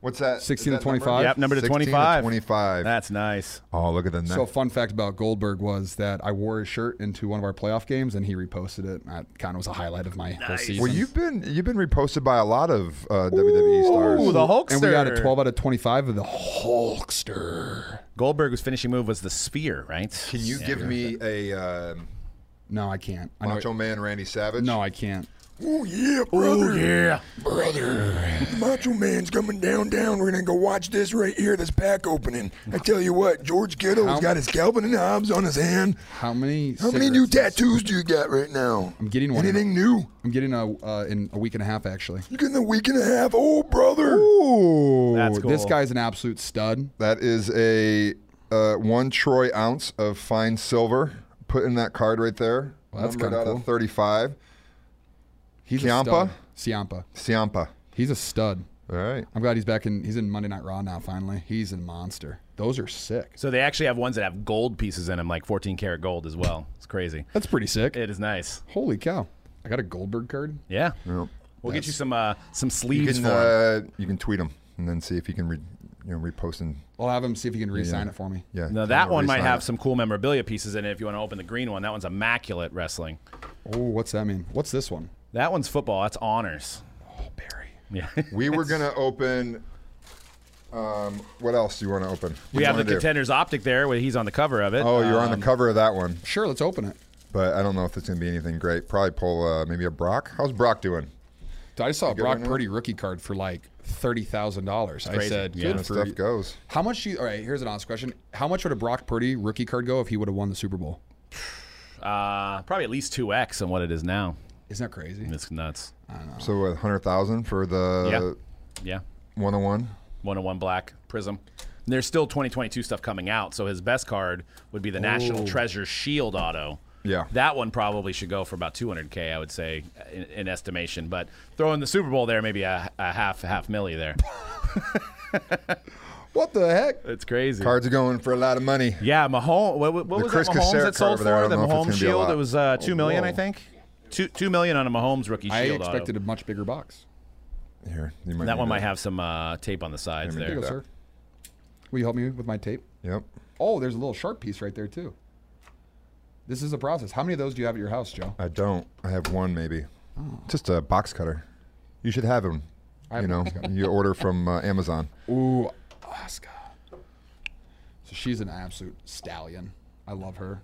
A: What's that? Is
B: 16 to
A: that number?
B: 25?
C: Yep, number to
A: 16
C: 25.
A: Twenty-five.
C: That's nice.
A: oh, look at the neck.
B: so, fun fact about Goldberg was that I wore his shirt into one of our playoff games, and he reposted it. That kind of was a highlight of my whole
C: Nice.
B: season.
A: well, you've been you've been reposted by a lot of uh, WWE stars.
C: Ooh, the Hulkster.
B: and we got a 12 out of 25 of the Hulkster.
C: Goldberg's finishing move was the sphere, right?
A: Can you
C: Yeah.
A: give me a um
B: No, I can't. I know
A: Macho Man Randy Savage?
B: no, I can't.
A: Oh yeah, brother.
C: Yeah.
A: Macho Man's coming down, down. We're gonna go watch this right here, this pack opening. I tell you what, George Kittle's got his Calvin and Hobbes on his hand.
B: How many?
A: How many new
B: cigarettes-
A: tattoos do you got right now?
B: I'm getting one.
A: Anything new?
B: I'm getting a uh, in a week and a half actually.
A: You getting a week and a half? Oh, brother.
B: Ooh,
C: That's
B: This
C: cool.
B: guy's an absolute stud.
A: That is a uh, one troy ounce of fine silver. Put in that card right there.
B: Well, that's
A: Numbered
B: kinda
A: out of
B: cool.
A: thirty-five.
B: He's
A: Ciampa?
B: a stud. Ciampa.
A: Siampa.
B: He's a stud.
A: All right.
B: I'm glad he's back in. He's in Monday Night Raw now. Finally, he's a monster. Those are sick.
C: So they actually have ones that have gold pieces in them, like 14 karat gold as well. It's crazy.
B: That's pretty sick.
C: It is nice.
B: Holy cow! I got a Goldberg card.
C: Yeah.
A: Yep.
C: We'll get you some uh, some
A: You
C: sleeves
A: can,
C: for 'em.
A: uh, you can tweet him and then see if he can re- you know repost and
B: I'll have him see if he can re-sign it for me.
A: yeah.
C: Now that one might
A: re-sign
C: have
A: it.
C: some cool memorabilia pieces in it. If you want to open the green one, that one's immaculate wrestling.
B: Oh, what's that mean? What's this one?
C: That one's football. That's honors.
B: Oh, Barry.
C: Yeah.
A: We were gonna open. Um, what else do you want to open? What do
C: we
A: you
C: have the
A: wanna do?
C: contenders optic there, where he's on the cover of it. Um,
A: Oh, you're on the cover of that one,
B: Sure, let's open it.
A: but I don't know if it's gonna be anything great. Probably pull uh, maybe a Brock. How's Brock doing?
B: Dude, I saw a Brock
A: one now?
B: Purdy rookie card for like thirty thousand dollars. I
C: Crazy.
B: said,
C: Yeah.
B: good
A: That
B: for
A: stuff
B: you.
A: goes.
B: How much? Do you, all right, here's an honest question. How much would a Brock Purdy rookie card go if he would have won the Super Bowl?
C: Uh, probably at least two x on what it is now.
B: Isn't that crazy?
C: It's nuts.
A: So what, hundred thousand for the
C: Yeah.
A: one on one.
C: One on one black prism. And there's still 2022 stuff coming out, so his best card would be the National Treasure Shield auto.
A: Yeah.
C: That one probably should go for about 200k, I would say, in, in estimation. But throwing the Super Bowl there, maybe a, a half half milli there.
B: What the heck?
C: It's crazy.
A: Cards are going for a lot of money.
C: Yeah, Mahomes. What, what
A: The
C: was
A: Chris
C: that Mahomes
A: Cassar
C: that
A: card
C: sold
A: over
C: for?
A: there, I
C: the
A: don't know if it's
C: Mahomes
A: gonna be a
C: shield.
A: lot.
C: It was uh, two million,
A: whoa.
C: I think. Two two million on a Mahomes rookie
B: I
C: shield. auto.
B: expected a much bigger box.
A: Here, you might
C: that
A: need to-
C: one might have some uh, tape on the sides
A: Here we
B: There
C: there.
B: you go, sir. Will you help me with my tape?
A: Yep.
B: Oh, there's a little sharp piece right there too. This is a process. How many of those do you have at your house, Joe?
A: I don't. I have one maybe. Just a box cutter. You should have them.
B: have
A: You know, you order from uh, Amazon.
B: Ooh, Oscar. So she's an absolute stallion. I love her.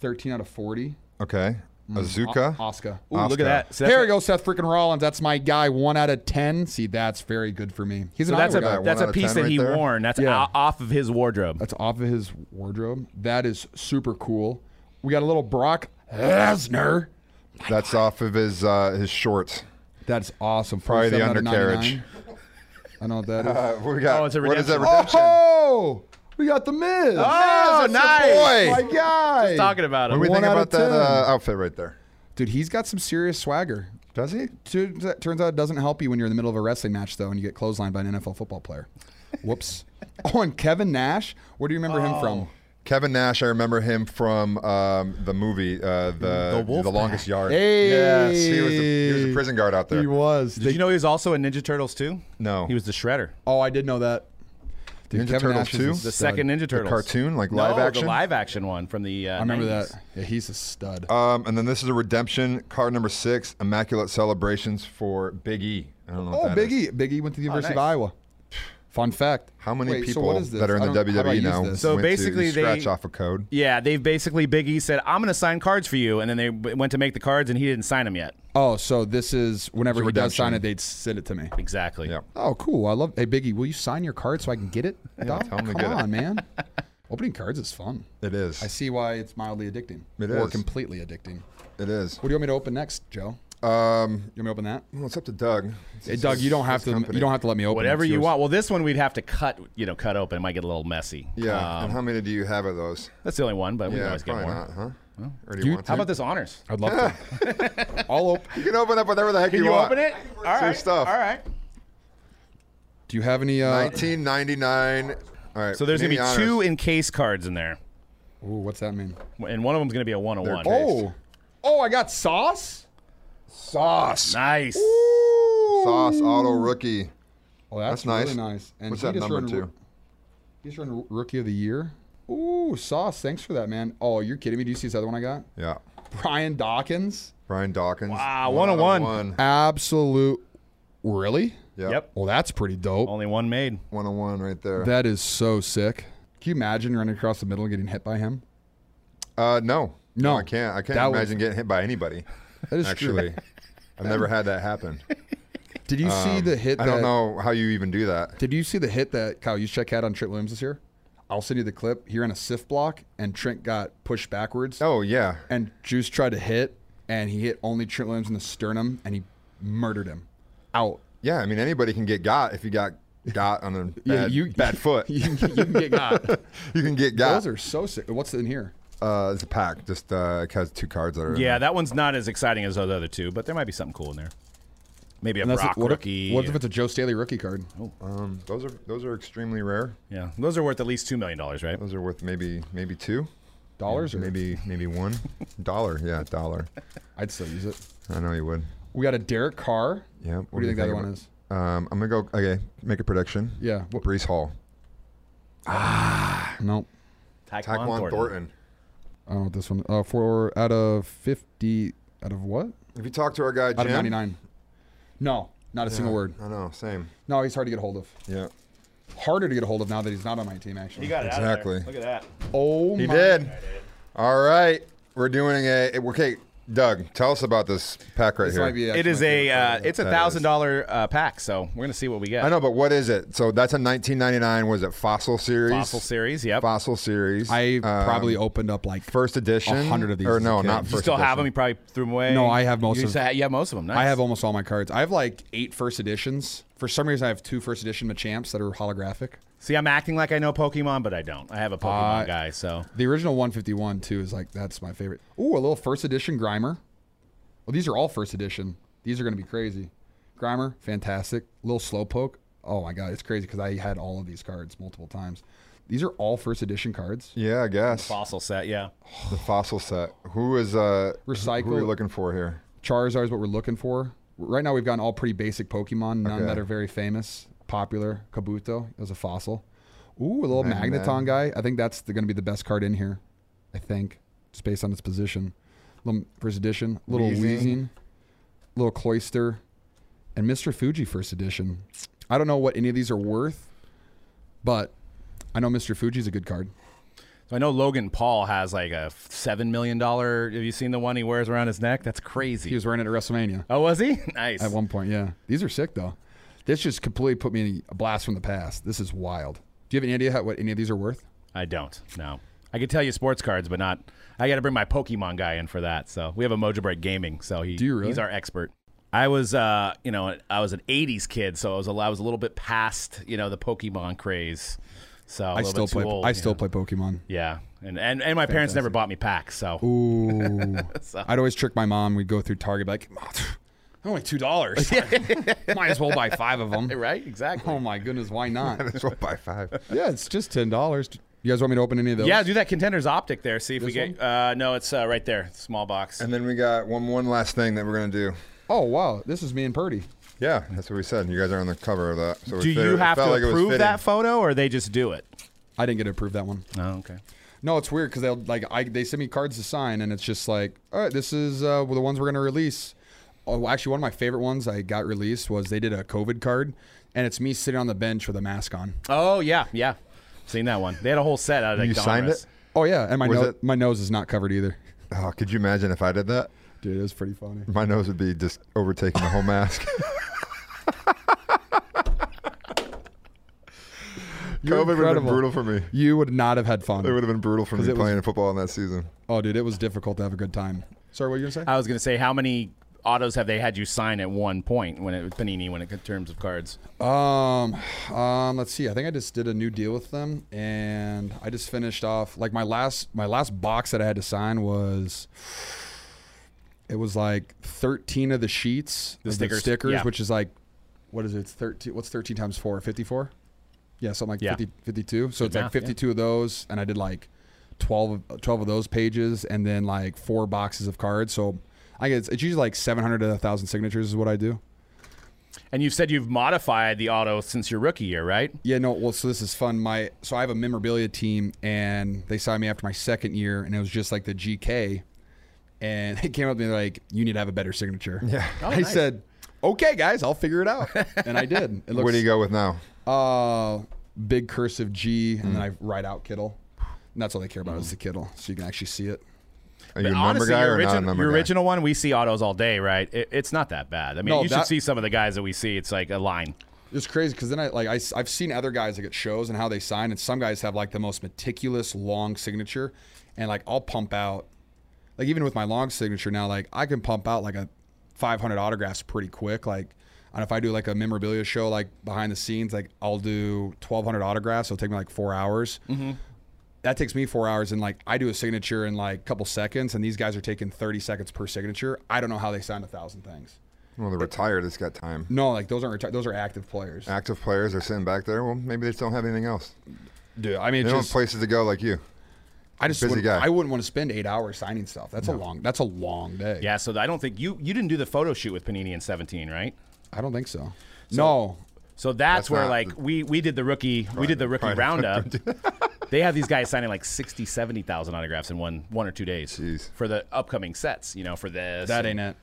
B: 13 out of 40.
A: Okay.
B: Mm.
A: Azuka.
B: Oscar.
C: Ooh, look
A: Oscar.
C: at that. So that's
B: there we go, Seth freaking Rollins. That's my guy. One out of 10. See, that's very good for me. He's an
C: So that's
B: Iowa
C: a
B: guy.
A: one
C: that's
A: out
C: a
A: of
C: piece
A: 10
C: that
A: right
C: he
A: there.
C: worn. That's
B: Yeah.
C: o- off of his wardrobe.
B: That's off of his wardrobe. That is super cool. We got a little Brock Lesnar. oh,
A: That's off of his uh, his shorts.
B: That's awesome.
A: Probably the
B: 47 out of
A: undercarriage.
B: 99. I know what that is.
A: Uh, what we got?
C: Oh, it's a
A: what is that
C: redemption.
A: redemption?
B: Oh, we got the Miz.
C: Oh,
A: That's
C: nice.
A: your boy.
B: my guy.
C: Talking about
A: What do
C: him.
A: we
B: One
A: think
B: out of
A: about that
B: 10.
A: uh, outfit right there?
B: Dude, he's got some serious swagger.
A: Does he?
B: Turns out turns out it doesn't help you when you're in the middle of a wrestling match, though, and you get clotheslined by an NFL football player. Whoops. Oh, and Kevin Nash. Where do you remember him
A: Oh.
B: from?
A: Kevin Nash, I remember him from um, the movie uh, the the, Longest Yard.
B: Hey.
A: Yes, he was, the, he was the prison guard out there.
B: He was.
C: Did you know he was also in Ninja Turtles too?
A: No.
C: he was the Shredder.
B: oh, I did know that. Dude,
A: Ninja
B: Kevin
A: Turtles
B: Nash is a
A: 2? The
C: The
B: stud.
C: second Ninja Turtles
A: cartoon, like
C: No,
A: live action?
C: the live action one from the. Uh,
B: I remember
C: 90s.
B: that. Yeah, he's a stud.
A: Um, and then this is a redemption card number six, immaculate celebrations for Big E. I don't know. What
B: oh,
A: that
B: Big
A: is.
B: E. Big E went to the University
C: nice.
B: of Iowa. Fun fact.
A: How many
B: Wait, so
A: people
B: what is this?
A: that are in
B: I
A: the
B: don't- how do
A: WWE
B: I use
A: now?
B: this?
C: So
A: went to
C: basically they-
A: scratch off a code.
C: Yeah, they've basically Big E said, "I'm going to sign cards for you," and then they w- went to make the cards, and he didn't sign them yet.
B: Oh, so this is whenever
A: It's a
B: he does sign
A: redemption.
B: it, they'd send it to me.
C: Exactly.
A: Yeah.
B: Oh, cool. I love. Hey, Biggie, will you sign your card so I can get it? Dog,
A: tell 'em to
B: Come
A: get it.
B: on, man. Opening cards is fun.
A: It is.
B: I see why it's mildly addicting.
A: It
B: or
A: is.
B: completely addicting.
A: It is.
B: What do you want me to open next, Joe?
A: Um,
B: You want me to open that?
A: well, it's up to Doug. It's
B: Hey, Doug, you don't have
A: his
B: to.
A: company.
B: You don't have to let me open. it.
C: Whatever
B: It's
C: you
B: yours.
C: want. Well, this one we'd have to cut, you know, cut open. It might get a little messy.
A: Yeah.
C: Um,
A: and how many do you have of those?
C: that's the only one, but we can
A: Yeah,
C: always get
A: probably
C: more.
A: not, huh? Or do you,
B: You-
A: want to?
C: How about this honors?
B: I'd love to. I'll open.
A: You can open up whatever the heck
C: Can
A: you,
C: you,
A: want.
C: open it? All
A: your
C: right.
A: stuff.
C: All right.
B: Do you have any? Uh,
A: 1999. All right.
C: So there's going
A: mini
C: to be
A: honors.
C: two encased cards in there,
B: ooh, what's that mean?
C: and one of them's going to be a one on one.
A: They're cased.
B: Oh, oh, I got sauce.
A: sauce.
C: Nice.
A: Sauce auto rookie.
B: Oh, that's,
A: That's nice.
B: really nice. And
A: What's
B: he
A: that
B: just
A: number
B: earned-
A: two?
B: He's running rookie of the year. Ooh, sauce. Thanks for that, man. Oh, you're kidding me? Do you see this other one I got?
A: Yeah.
B: Brian Dawkins.
A: Brian Dawkins.
C: Wow,
A: One out of
C: 101.
A: One.
B: Absolute. Really?
A: Yep.
C: Yep.
B: Well, that's pretty dope.
C: Only one made.
A: 101 right there.
B: That is so sick. Can you imagine running across the middle and getting hit by him?
A: uh, no.
B: No.
A: I can't. I can't
B: That was-
A: imagine getting hit by anybody.
B: That is true.
A: Actually, I've never had that happen.
B: Did you see the hit?
A: um, I
B: That,
A: don't know how you even do that.
B: Did you see the hit that Kyle Yuschek had on Trent Williams this year? I'll send you the clip. He ran a sift block and Trent got pushed backwards.
A: Oh yeah.
B: And Juice tried to hit and he hit only Trent Williams in the sternum and he murdered him. Out.
A: Yeah. I mean, anybody can get got if you got got on a bad,
B: Yeah, you-
A: bad foot. you
B: you can get got.
A: can get got.
B: Those are so sick. What's in here?
A: uh, it's a pack. Just uh, it has two cards that are. in
C: Yeah,
A: there.
C: that one's not as exciting as those other two, but there might be something cool in there. Maybe a
B: That's-
C: Brock
B: what if-
C: rookie.
B: what if it's a Joe Staley rookie card? Oh,
A: Um, those are those are extremely rare.
C: yeah, those are worth at least two million dollars, right?
A: Those are worth maybe maybe two
B: Dollars or
A: maybe maybe one dollar. Yeah, dollar.
B: I'd still use it.
A: I know you would.
B: We got a Derek Carr.
A: Yeah.
B: What, do you think the other one
A: about-
B: is?
A: Um, I'm gonna go. Okay, make a prediction.
B: Yeah. What,
A: Brees Hall,
B: nope.
A: Taquan Thornton.
B: I don't know what this one. Uh, four out of fifty. Out of what?
A: If you talk to our guy
B: Out of
A: Jim-
B: ninety-nine. No, not a single
A: Yeah,
B: word.
A: I know. Same.
B: No, he's hard to get a hold of.
A: Yeah.
B: Harder to get a hold of now that he's not on my team. Actually.
C: He got it
A: Exactly.
C: Out of there. Look at that.
B: oh,
A: He
B: my.
A: did. All right. We're doing a. Okay, Doug, tell us about this pack right
B: This
A: here.
B: might be
C: it
B: actually
C: is
B: my
C: a
B: favorite card.
C: uh, it's a
A: That
C: thousand dollar uh, pack, so we're gonna see what we get.
A: I know, but what is it? So that's a 1999. Was it Fossil series?
C: Fossil series. Yep.
A: Fossil series.
B: I
A: Um,
B: probably opened up like
A: first edition.
B: 100 of these
A: Or
B: as a
A: no,
B: kid.
A: not
B: You
A: first.
C: you still have
A: edition.
C: them? You probably threw them away.
B: No, I have most
C: you
B: of
C: just
B: them.
C: ha- you have most of them. Nice.
B: I have almost all my cards. I have like eight first editions. For some reason, I have two first edition Machamps that are holographic.
C: See, I'm acting like I know Pokemon, but I don't. I have a Pokemon
B: Uh,
C: guy, so
B: The original 151 too is like that's my favorite. Ooh, a little first edition Grimer. Well, these are all first edition. These are going to be crazy. Grimer, fantastic. Little Slowpoke. Oh my god, it's crazy because I had all of these cards multiple times. These are all first edition cards.
A: Yeah, I guess
C: fossil set. Yeah.
A: the fossil set. Who is uh? Who are we
B: Recycle.
A: looking for here?
B: Charizard is what we're looking for. Right now, we've gotten all pretty basic Pokemon. None
A: Okay.
B: that are very famous, popular. Kabuto is a fossil. Ooh, a little
A: Magneton.
B: magneton guy. I think that's going to be the best card in here. I think, just based on its position. Little first edition, little
A: Wheezing.
B: wheezing, little cloister, and Mr. Fuji first edition. I don't know what any of these are worth, but I know Mr. Fuji's a good card.
C: So I know Logan Paul has like a seven million dollar. Have you seen the one he wears around his neck? That's crazy.
B: He was wearing it at WrestleMania
C: oh, was he? nice.
B: at one point. Yeah, these are sick though. This just completely put me in a blast from the past. This is wild. Do you have any idea how, what any of these are worth?
C: I don't. No. I could tell you sports cards, but not. I got to bring my Pokemon guy in for that. So we have a Mojo Break Gaming. So he,
B: Do you really?
C: he's our expert. I was, uh, you know, I was an '80s kid, so I was a, I was a little bit past, you know, the Pokemon craze. So I
B: I still play.
C: Old,
B: I
C: you
B: still play
C: know.
B: Pokemon.
C: Yeah, and and, and my parents never bought me packs, so
B: Ooh. I'd always trick my mom. We'd go through Target, be like, they're only two dollars. Might as well buy five of them.
C: right, exactly.
B: Oh my goodness, why not?
A: That's what by five.
B: yeah, it's just ten dollars. You guys want me to open any of those?
C: Yeah, do that contenders optic there. See if we get. Uh, no, it's uh, right there, small box.
A: And then we got one one last thing that we're gonna do.
B: Oh wow, this is me and Purdy.
A: Yeah, that's what we said. You guys are on the cover of that. So it
C: do
A: fit-
C: you
A: it
C: have to
A: felt like it was
C: approve
A: fitting.
C: that photo, or they just do it?
B: I didn't get to approve that one.
C: Oh, okay.
B: No, it's weird because they'll like I they send me cards to sign, and it's just like, all right, this is uh, the ones we're gonna release. Oh, actually, one of my favorite ones I got released was they did a COVID card, and it's me sitting on the bench with a mask on.
C: Oh yeah, yeah. Seen that one. They had a whole set out of like,
A: You signed
C: Donruss.
A: it?
B: Oh yeah, and my
A: Was
B: nose
A: it-
B: my nose is not covered either.
A: Oh, could you imagine if I did that?
B: Dude, it was pretty funny.
A: My nose would be just overtaking the whole mask.
B: You're
A: COVID would have been
B: incredible.
A: brutal for me.
B: You would not have had
A: It would
B: fun.
A: have been brutal for me
B: it was-
A: playing football in that season.
B: Oh, dude, it was difficult to have a good time. Sorry, what were you gonna say?
C: I was gonna say how many autos have they had you sign at one point when it was Panini when it in terms of cards.
B: Um, um, let's see. I think I just did a new deal with them, and I just finished off like my last my last box that I had to sign was. It was like thirteen of the sheets, of the
C: stickers,
B: stickers
C: yeah.
B: which is like, what is it? It's thirteen. What's thirteen times four? Fifty-four. Yeah, something like
C: Yeah.
B: fifty fifty-two. 50, 52. So it's
C: math,
B: like
C: yeah.
B: fifty-two of those, and I did like 12, of- 12 of those pages, and then like four boxes of cards. So I guess it's usually like seven hundred to thousand signatures is what I do.
C: And you've said you've modified the auto since your rookie year, right?
B: Yeah, no. Well, so this is fun. My so I have a memorabilia team, and they signed me after my second year, and it was just like the GK, and they came up to me like, "You need to have a better signature." Yeah, I
C: nice.
B: said, "Okay, guys, I'll figure it out," and I did. It looks
A: What do you go Hmm. with now?
B: uh, big cursive G, and then I write out Kittle, and that's all they care about
A: Hmm.
B: is the Kittle, so you can actually see it.
A: Are you a
C: But
A: number guy
C: your,
A: or not a
C: origin-
A: number
C: your
A: guy?
C: original one, we see autos all day, right? It, it's not that bad. I mean,
B: No,
C: you should
B: that-
C: see some of the guys that we see. It's like a line.
B: It's crazy because then I like I, have seen other guys like at shows and how they sign, and some guys have like the most meticulous long signature, and like I'll pump out, like even with my long signature now, like I can pump out like a 500 autographs pretty quick. Like, and if I do like a memorabilia show, like behind the scenes, like I'll do 1,200 autographs. It'll take me like four hours. That takes me four hours, and like I do a signature in like a couple seconds, and these guys are taking 30 seconds per signature. I don't know how they sign a thousand things.
A: Well, the retired has got time.
B: No, like those aren't reti- those are active players.
A: Active players are sitting back there. Well, maybe they just don't have anything else.
B: Dude, I mean,
A: They
B: it's
A: don't
B: just
A: have places to go like you.
B: I just
A: Busy
B: wouldn't,
A: guy.
B: I wouldn't want to spend eight hours signing stuff. That's a long. That's a long day.
C: Yeah. So I don't think you you didn't do the photo shoot with Panini in 17, right?
B: I don't think so. no.
C: So that's,
A: That's
C: where
A: not-
C: like we we did the rookie we did the rookie
A: right.
C: roundup. they have these guys signing like 60, 70,000 autographs in one one or two days
A: Jeez.
C: for the upcoming sets. You know, for this
B: That ain't it.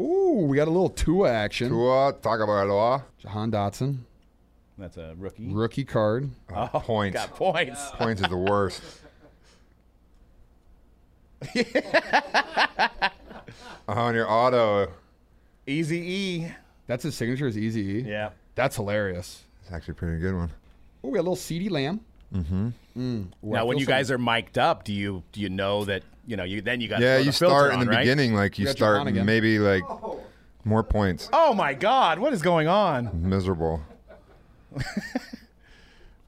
B: Ooh, we got a little Tua action.
A: What? Talk about it.
B: Jahan Dotson,
C: That's a rookie.
B: rookie card.
A: Uh,
C: Oh,
A: points.
C: Got points.
A: Points is the worst. Uh-huh, On your auto.
C: Easy E.
B: That's his signature. Is Easy E.
C: Yeah.
B: That's hilarious.
A: It's actually a pretty good one.
B: Oh, we got a little CD Lamb. Mm-hmm.
C: now, when you guys are mic'd up, do you do you know that you know you then you got
A: Yeah,
C: to
A: you
C: the filter
A: start in
C: on,
A: the
C: right?
A: beginning, like you
B: got
A: start
B: Jahan again.
A: maybe like more points.
C: Oh my God, what is going on?
A: Miserable.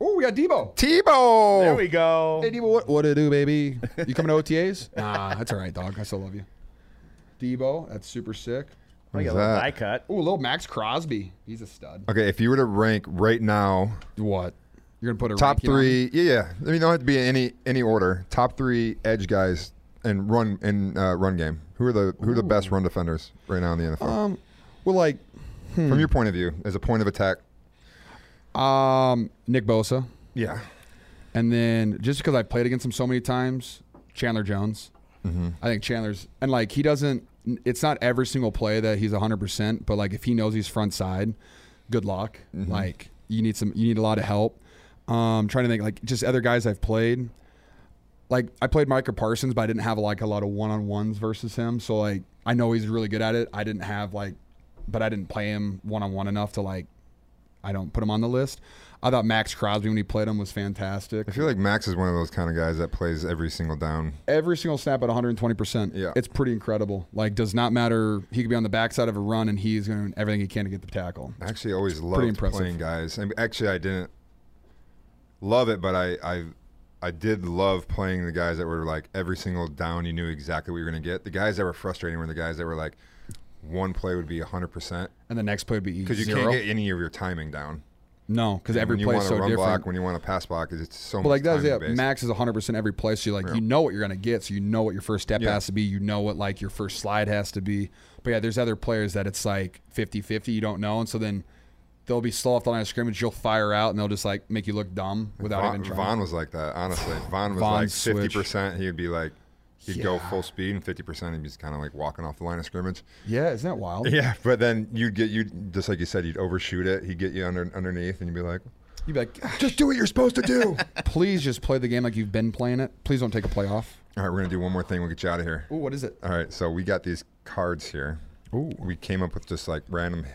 B: Oh, we got Debo.
A: Tebow.
C: There we go.
B: Hey, Debo, what what it do, baby? You coming to OTAs? nah, that's all right, dog. I still love you. Debo, that's super sick.
C: Look at
A: Who's
C: that
A: that?
C: die cut.
B: Ooh, little Max Crosby. He's a stud.
A: Okay, if you were to rank right now,
B: What? You're gonna put a
A: top
B: ranking on him?
A: three. Yeah, yeah. I mean, they don't have to be in any any order. Top three edge guys and run in uh, run game. Who are the who are the best run defenders right now in the NFL?
B: Um, well, like
A: From your point of view, as a point of attack,
B: Um, Nick Bosa,
A: Yeah.
B: and then just because I played against him so many times, Chandler Jones. I think Chandler's and like he doesn't. It's not every single play that he's 100, percent but like if he knows he's front side, good luck. Like you need some, you need a lot of help. Um, trying to think like just other guys I've played. Like I played Micah Parsons, but I didn't have like a lot of one on ones versus him. So like I know he's really good at it. I didn't have like, but I didn't play him one on one enough to like. I don't put him on the list. I thought Max Crosby when he played him was fantastic
A: I feel like Max is one of those kind of guys that plays every single down.
B: every single snap at 120%.
A: Yeah.
B: It's pretty incredible. Like, does not matter. He could be on the backside of a run and he's going to do everything he can to get the tackle.
A: I actually always loved
B: impressive.
A: playing guys. And actually, I didn't love it, but I, I I did love playing the guys that were like every single down you knew exactly what you were going to get. The guys that were frustrating were the guys that were like one play would be 100%
B: And the next play would be
A: because you
B: zero.
A: can't get any of your timing down.
B: no, because every
A: when you
B: play
A: want
B: is
A: to
B: so
A: run
B: different.
A: block, when you want to pass block, it's so
B: but
A: much
B: like that's
A: timing
B: it.
A: based.
B: Max is 100% every play. So you like, you know what you're going to get. So you know what your first step
A: Yeah.
B: has to be. You know what like your first slide has to be. But yeah, there's other players that it's like 50 50. You don't know. And so then they'll be slow off the line of scrimmage. You'll fire out and they'll just like make you look dumb without
A: Von,
B: even trying.
A: Von was like that, honestly. Von was
B: Von
A: like
B: switched.
A: fifty percent. He'd be like, he'd go
B: Yeah.
A: full speed, and fifty percent, he'd be just kind of like walking off the line of scrimmage.
B: yeah, isn't that wild?
A: Yeah, but then you'd get you just like you said, you'd overshoot it. He'd get you under underneath, and you'd be like,
B: You'd be like,
A: just do what you're supposed to do.
B: please just play the game like you've been playing it. Please don't take a playoff.
A: All right, we're gonna do one more thing. We'll get you out of here.
B: Ooh, what is it?
A: All right, so we got these cards here.
B: Ooh.
A: We came up with just like random,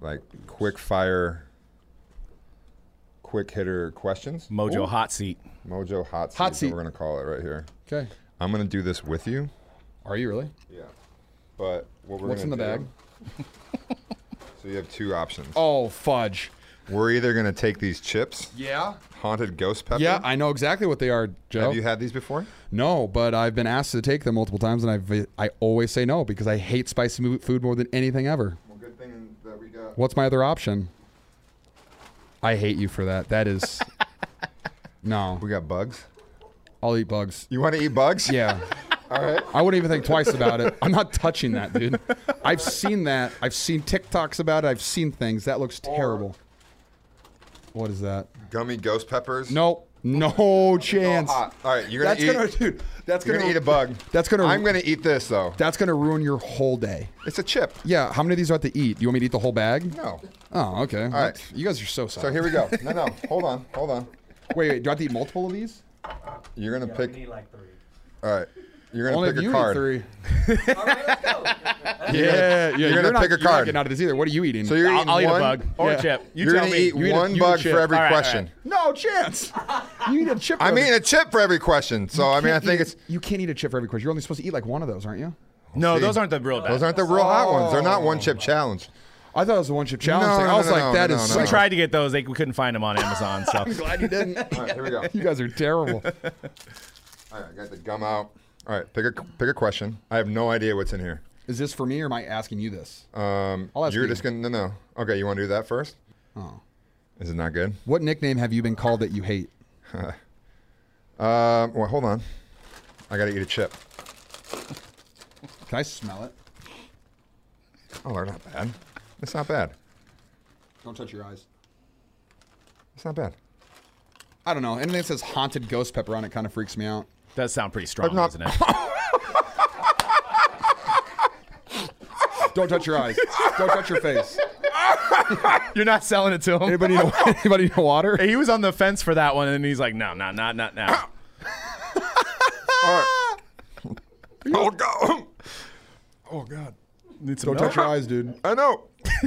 A: like quick fire, quick hitter questions.
C: Mojo hot seat.
A: Mojo hot seat.
B: Hot
A: is what
B: seat.
A: We're gonna call it right here.
B: Okay.
A: I'm gonna do this with you.
B: Are you really?
A: Yeah. But what we're
B: What's in
A: gonna
B: the bag?
A: do- So you have two options.
B: Oh, fudge.
A: We're either gonna take these chips,
B: Yeah.
A: haunted ghost pepper.
B: Yeah, I know exactly what they are, Joe.
A: Have you had these before?
B: no, but I've been asked to take them multiple times, and I've, I always say no because I hate spicy mo- food more than anything ever.
A: Well, good thing that we got.
B: What's my other option? I hate you for that. That is. no.
A: We got bugs.
B: I'll eat bugs.
A: You want to eat bugs?
B: Yeah.
A: All right.
B: I wouldn't even think twice about it. I'm not touching that, dude. I've seen that. I've seen TikToks about it. I've seen things. That looks terrible. What is that?
A: Gummy ghost peppers.
B: Nope. No
A: All
B: chance.
A: hot. All right, you're gonna
B: That's
A: eat.
B: gonna, dude. That's
A: you're
B: gonna,
A: gonna eat a bug.
B: That's gonna.
A: I'm gonna eat this though.
B: That's gonna ruin your whole day.
A: It's a chip.
B: Yeah. How many of these do I have to eat? Do you want me to eat the whole bag?
A: No.
B: Oh, okay. All
A: right.
B: You guys are so soft.
A: So here we go. No, no. Hold on. Hold on.
B: Wait, wait. Do I have to eat multiple of these?
A: You're gonna
D: Yeah,
A: pick.
D: we need like three.
A: All right. You're gonna
B: Only if
A: pick
B: you
A: a card.
B: eat three.
D: All right, let's go.
A: You're gonna- You're gonna
B: not-
A: pick a
B: you're not
A: card.
B: getting out of this either. What are you eating?
A: So you're
C: I'll,
A: eating
C: I'll eat
A: one.
C: a bug or
B: Yeah.
C: a chip. You
A: You are
C: tell
A: gonna
C: me.
A: eat
B: You eat a-
A: one
B: you eat a
A: bug
B: chip.
A: for every
C: All right, all right.
A: question.
B: no chance. you eat a chip.
A: I'm
B: for
A: eating a chip for every question. So I mean, I
B: can't
A: think
B: eat-
A: it's
B: you can't eat a chip for every question. You're only supposed to eat like one of those, aren't you?
C: no,
A: see.
C: those aren't the real bad.
A: those aren't the real hot ones. They're not one
B: Oh.
A: chip challenge.
B: I thought it was a one chip challenge.
A: No,
B: thing. I
A: no,
B: was
A: no,
B: like,
A: no,
B: that
A: no,
B: is.
A: no,
B: so
A: no.
C: We tried to get those. They, we couldn't find them on Amazon. So
B: glad you didn't.
A: All right, here we go.
B: you guys are terrible.
A: All right, I got the gum out. All right, pick a pick a question. I have no idea what's in here.
B: Is this for me or am I asking you this?
A: Um,
B: I'll ask
A: you're
B: you.
A: just gonna no no. Okay, you want to do that first?
B: Oh.
A: Is it not good?
B: What nickname have you been called that you hate?
A: Um, well, hold on. I gotta eat a chip.
B: Can I smell it?
A: Oh, they're not bad. It's not bad.
B: Don't touch your eyes.
A: It's not bad.
B: I don't know. Anything that says haunted ghost pepper on it kind of freaks me out.
C: does sound pretty strong,
A: not-
C: doesn't it?
B: Don't touch your eyes. Don't touch your face.
C: You're not selling it to him.
B: Anybody know, anybody know water?
C: he was on the fence for that one, and he's like, "No, no, not, not now."
A: All right. oh god. Oh god.
C: Need some
B: Don't touch your eyes, dude.
A: I know.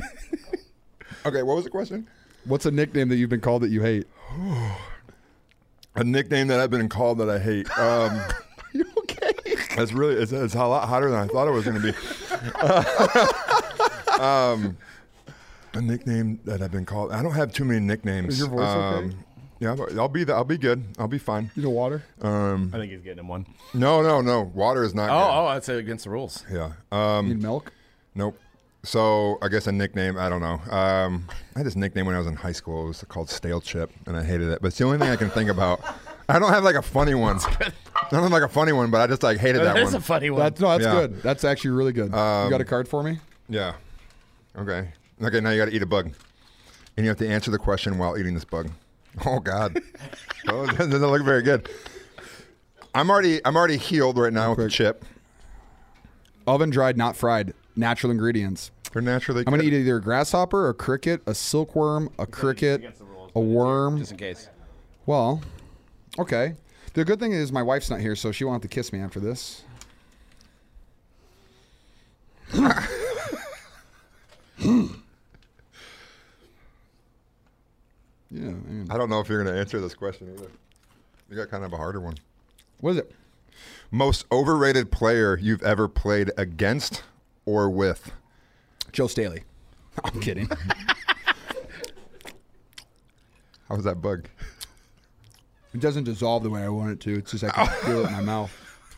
A: okay, what was the question?
B: What's a nickname that you've been called that you hate?
A: A nickname that I've been called that I hate. Um,
B: You okay?
A: that's really it's, it's a lot hotter than I thought it was going to be. um, a nickname that I've been called. I don't have too many nicknames. Um,
B: Is your voice okay?
A: Yeah, I'll- I'll be the, I'll be good. I'll be fine.
B: You know water?
A: Um,
C: I think he's getting him one.
A: no, no, no. Water is not.
C: Oh, oh, that's against the rules.
A: good.
B: oh.
A: yeah. Um,
B: Need milk?
A: nope. So I guess a nickname. I don't know. Um, I had this nickname when I was in high school. It was called Stale Chip, and I hated it. But it's the only thing I can think about. I don't have like a funny one. I don't have like a funny one, but I just like hated that
C: That's
A: one.
C: a funny one.
B: That's, no, that's
A: Yeah.
B: good. That's actually really good. you got a card for me?
A: Yeah. Okay. Okay. Now you got to eat a bug. and you have to answer the question while eating this bug. Oh God, oh, that doesn't look very good. I'm already I'm already healed right now with the chip.
B: Oven dried, not fried. Natural ingredients.
A: They're naturally.
B: I'm gonna
A: good.
B: eat either a grasshopper, a cricket, a silkworm, a cricket,
C: against the rules,
B: a worm.
C: just in case.
B: Well, okay. The good thing is my wife's not here, so she won't have to kiss me after this. yeah. Man.
A: I don't know if you're gonna answer this question either. You got kind of a harder one.
B: What is it?
A: Most overrated player you've ever played against or with?
B: Joe Staley. I'm kidding.
A: How was that bug?
B: It doesn't dissolve the way I want it to. It's just I can feel it in my mouth.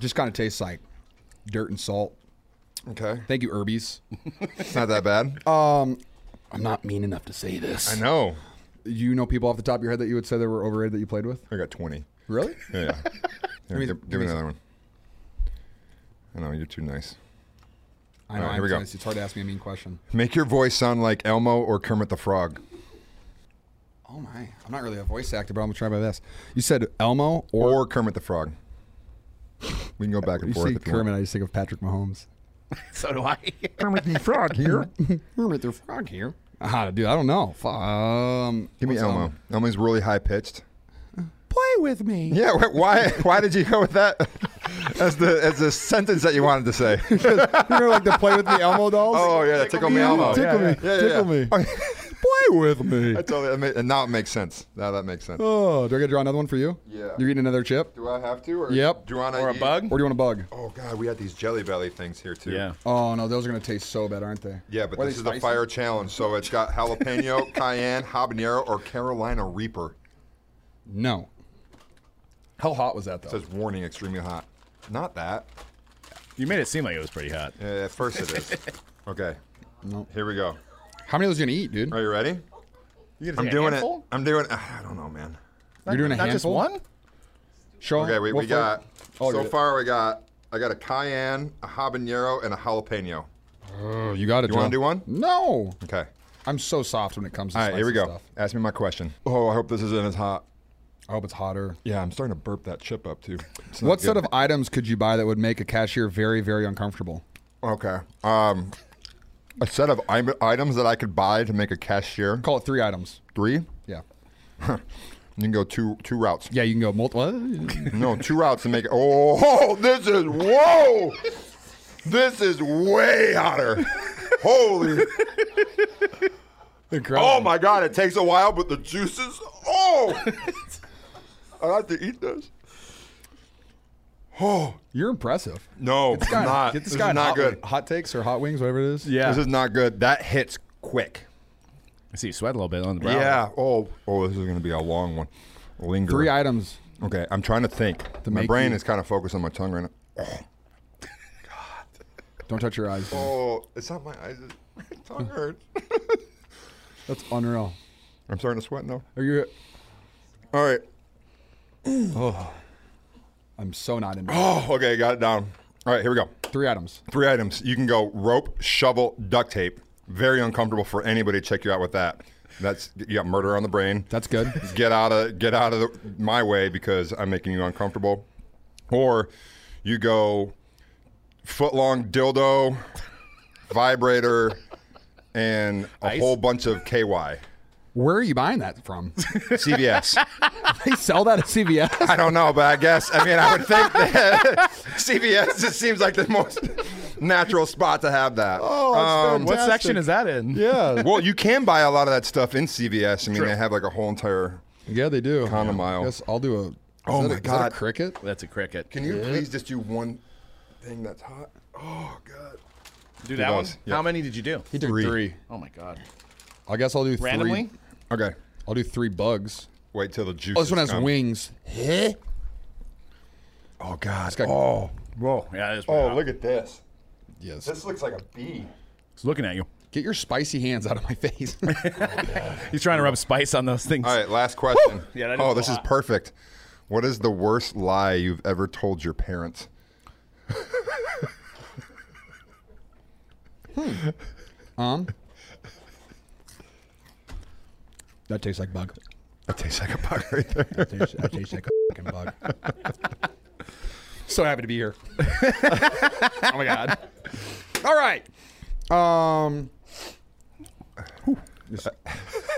B: Just kind of tastes like dirt and salt.
A: Okay,
B: Thank you, Herbies. Um,
A: it's not that bad.
B: I'm not mean enough to say this.
A: I know.
B: You know people off the top of your head that you would say they were overrated that you played with?
A: I got twenty.
B: Really?
A: Yeah. Here,
B: me-
A: give,
B: give
A: give
B: me
A: me another one. I know you're too nice.
B: I know.
A: All right,
B: I'm
A: here we go.
B: nice. It's hard to ask me a mean question.
A: Make your voice sound like Elmo or Kermit the Frog.
B: Oh my! I'm not really a voice actor, but I'm gonna try my best. You said Elmo or,
A: Or Kermit the Frog. We can go back and
B: you
A: forth.
B: see
A: if you want.
B: Kermit. I just think of Patrick Mahomes.
C: So do I.
A: Kermit the Frog here.
B: Kermit the Frog here. Ah, dude, I don't know. Fu- Um,
A: Give me
B: what's
A: Elmo. Elmo's really high pitched.
B: Play with me.
A: Yeah. wh- Why? Why did you go with that as the as the sentence that you wanted to say?
B: you know, like the play with me Elmo dolls.
A: Oh yeah, that tickle me
B: Yeah,
A: Elmo. Yeah,
B: tickle me,
A: yeah, yeah,
B: tickle
A: yeah.
B: me.
A: Okay.
B: play with me.
A: I totally- that ma- and now it makes sense. Now that makes sense.
B: Oh, do I get to draw another one for you?
A: Yeah.
B: You're eating another chip,
A: Do I have to? Or
B: Yep.
A: Do you want
C: or a bug?
B: or do you want a bug?
A: Oh god, we had these Jelly Belly things here too.
C: Yeah.
B: Oh no, those are gonna taste so bad, aren't they?
A: Yeah, but
B: Why are
A: this
B: they
A: is the
B: spicy?
A: fire challenge. So it's got jalapeno, cayenne, habanero, or Carolina Reaper.
B: No. How hot was that though?
A: It says warning, extremely hot. Not that.
C: You made it seem like it was pretty hot.
A: Uh, at first it is. Okay.
B: Nope.
A: Here we go.
B: How many of those you gonna eat, dude?
A: Are you ready?
C: You gonna
A: I'm
C: take a
A: doing
C: handful?
A: it. I'm doing. ah, I don't know, man.
B: You're doing a
C: Not just
B: handful?
C: one?
B: Show 'em
A: Okay, we,
B: what
A: we
B: flavor-
A: got.
B: Oh,
A: so
B: you're-
A: far, we got. I got a cayenne, a habanero, and a jalapeno.
B: Oh, you got it.
A: You want
B: Joe.
A: to do one?
B: No.
A: Okay.
B: I'm so soft when it comes to
A: All right, here we
B: spicy
A: go.
B: stuff.
A: Ask me my question. Oh, I hope this isn't as hot.
B: I hope it's hotter.
A: Yeah, I'm starting to burp that chip up too. It's not
B: What set
A: good.
B: of items could you buy that would make a cashier very, very uncomfortable?
A: Okay. Um, a set of im- items that I could buy to make a cashier.
B: Call it three items.
A: Three. You
B: Yeah.
A: can go two two routes.
B: Yeah, you can go multiple.
A: No, two routes to make it. Oh, this is whoa! This is way hotter. Holy! Oh my God! It takes a while, but the juices. Oh! I have to eat this. Oh
B: You're impressive.
A: no, it's not.
B: Get this,
A: this
B: guy
A: is
B: in
A: not
B: hot,
A: good.
B: hot takes or hot wings, whatever it is.
C: Yeah.
A: This is not good. That hits quick.
C: I see you sweat a little bit on the brow.
A: Yeah. Oh, oh, this is gonna be a long one. Linger.
B: Three items.
A: Okay, I'm trying to think. my
B: make
A: brain
B: you-
A: is kind of focused on my tongue right now.
B: Don't touch your eyes. dude.
A: Oh, it's not my eyes. It's, my tongue hurts.
B: That's unreal.
A: I'm starting to sweat now.
B: Are you?
A: All right.
B: I'm so not in.
A: Oh, okay, got it down. All right, here we go.
B: Three items.
A: Three items. You can go rope, shovel, duct tape. Very uncomfortable for anybody to check you out with that. That's you got murder on the brain.
B: That's good.
A: get out of get out of the, my way because I'm making you uncomfortable. Or you go foot long dildo, vibrator, and a
C: Ice?
A: whole bunch of KY.
B: Where are you buying that from?
A: CVS.
B: they sell that at CVS.
A: I don't know, but I guess I mean I would think that CVS just seems like the most natural spot to have that. Um,
C: What section is that in?
B: Yeah.
A: well, you can buy a lot of that stuff in CVS. I mean, they have like a whole entire.
B: yeah, they do.
A: Condom aisle.
B: Yes, I'll do a. is
A: Oh
B: that a-
A: my
B: is that
A: God.
B: a cricket.
C: That's a cricket.
A: Can you please just do one thing that's hot? Oh God.
C: do that one?
A: those, yeah.
C: How many did you do?
B: He did
A: Three.
B: three.
C: Oh my god.
B: I guess I'll do three-
C: Randomly?
A: Okay.
B: I'll do three bugs.
A: Wait till the juice.
B: Oh, this one has wings.
A: Oh God.
B: got-
A: oh.
C: Whoa. Yeah, it is pretty
A: Oh,
C: hot.
A: look at this.
B: Yes.
A: This looks like a bee.
C: It's looking at you.
B: Get your spicy hands out of my face.
C: He's trying to rub spice on those things.
A: All right, last question.
C: Yeah, that is
A: oh,
C: a
A: this is
C: lot.
A: perfect. What is the worst lie you've ever told your parents?
B: um. That tastes like bug.
A: That tastes like a bug right there.
B: That tastes, that tastes like a fucking bug. So happy to be here. oh my god. All right. Um. whew, this-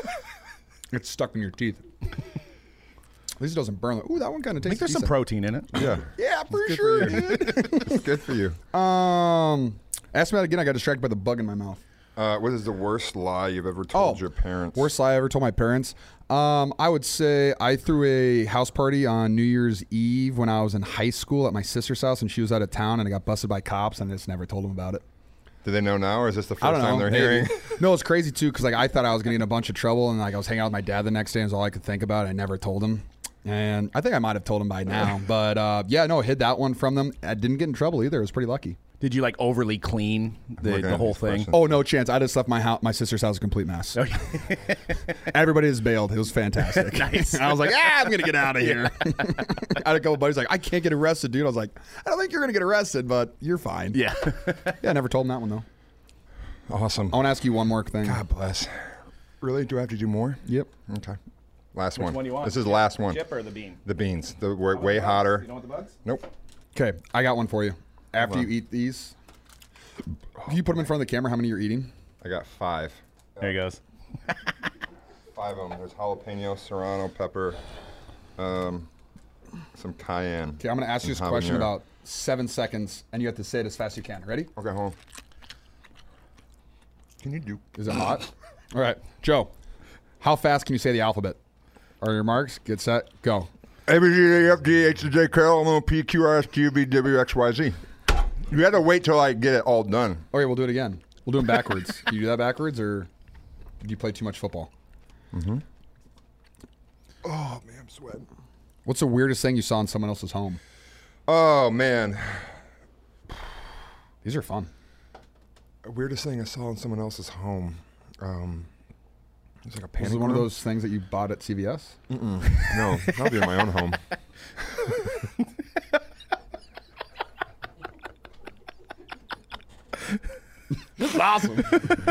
B: it's stuck in your teeth. At least it doesn't burn. Like, ooh, that one kind of tastes.
C: I think there's some
B: decent.
C: protein in it.
A: Yeah,
B: Yeah, I'm
A: good for
B: pretty sure.
A: you.
B: Dude.
A: it's good for you.
B: Um, ask me that again. I got distracted by the bug in my mouth.
A: Uh, what is the worst lie you've ever told
B: Oh,
A: your parents?
B: Worst lie I ever told my parents. Um, I would say I threw a house party on New Year's Eve when I was in high school at my sister's house, and she was out of town, and I got busted by cops, and I just never told them about it.
A: Do they know now, or is this the
B: I
A: first
B: don't know.
A: time they're
B: maybe.
A: hearing?
B: no, it's crazy too, because like I thought I was gonna get in a bunch of trouble, and like I was hanging out with my dad the next day, and it was all I could think about. I never told him, and I think I might have told him by now. but uh, yeah, no, hid that one from them. I didn't get in trouble either. It was pretty lucky.
C: Did you like overly clean the,
A: looking
C: the
A: at
C: whole
A: this
C: thing? Oh,
A: person.
B: Oh no chance! I just left my house, my sister's house, a complete mess. Everybody is bailed. It was fantastic.
C: Nice.
B: I was like, ah, I'm gonna get out of here. I had a couple buddies like, I can't get arrested, dude. I was like, I don't think you're gonna get arrested, but you're fine.
C: Yeah.
B: yeah. I never told him that one though.
A: Awesome.
B: I want to ask you one more thing.
A: God bless. Really? Do I have to do more?
B: Yep.
A: Okay. Last one.
C: one you want?
A: This is the last one.
C: Chip or the bean?
A: The beans. The way, way hotter.
C: You don't want the bugs?
A: nope.
B: Okay, I got one for you. After
A: Hold
B: you eat these, you put them in front of the camera. How many you're eating?
A: I got five.
C: There he goes.
A: Five of them. There's jalapeno, serrano pepper, um, some cayenne.
B: Okay, I'm gonna ask you this
A: Some
B: question
A: habanero.
B: about seven seconds, and you have to say it as fast as you can. Ready?
A: Okay, hold on. Can you do?
B: Is it hot? All right, Joe. How fast can you say the alphabet? Are your marks? Get set. Go.
A: A B C D E F G H I J K L M N O P Q R S T U V W X Y Z. You had to wait till I get it all done.
B: Okay, we'll do it again. We'll do them backwards. do you do that backwards, or do you play too much football?
A: Oh man, I'm sweating.
B: What's the weirdest thing you saw in someone else's home?
A: Oh man,
B: These are fun.
A: weirdest thing I saw in someone else's home. Um, it was like a panic.
B: This is one of
A: room.
B: those things that you bought at CVS.
A: No, I'll be in my own home.
B: This is awesome.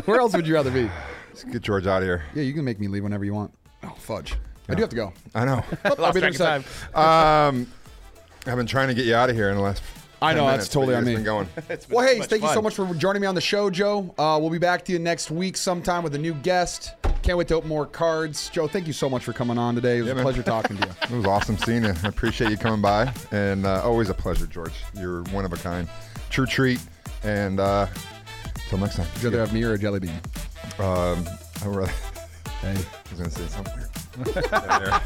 B: Where else would you rather be?
A: Let's get George out of here.
B: Yeah, you can make me leave whenever you want. Oh, fudge. I do have to go. Oh,
A: I know.
B: I'll be there
C: track
B: in a sec.
C: of time.
A: Um, I've been trying to get you out of here in the last.
B: I
A: 10
B: know, that's
A: minutes, but
B: totally
A: you
B: on
A: guys
B: me.
A: Been going.
B: Well, hey,
C: been so much
B: thank you so
C: fun.
B: much for joining me on the show, Joe. Uh, we'll be back to you next week sometime with a new guest. Can't wait to open more cards. Joe, thank you so much for coming on today. It was a
A: man.
B: pleasure talking to you.
A: It was awesome seeing you. I appreciate you coming by, and uh, always a pleasure, George. You're one of a kind, true treat. And uh, till next time.
B: You'd rather have me or a jelly bean?
A: Um, I really-
B: Hey.
A: I was gonna say something. weird.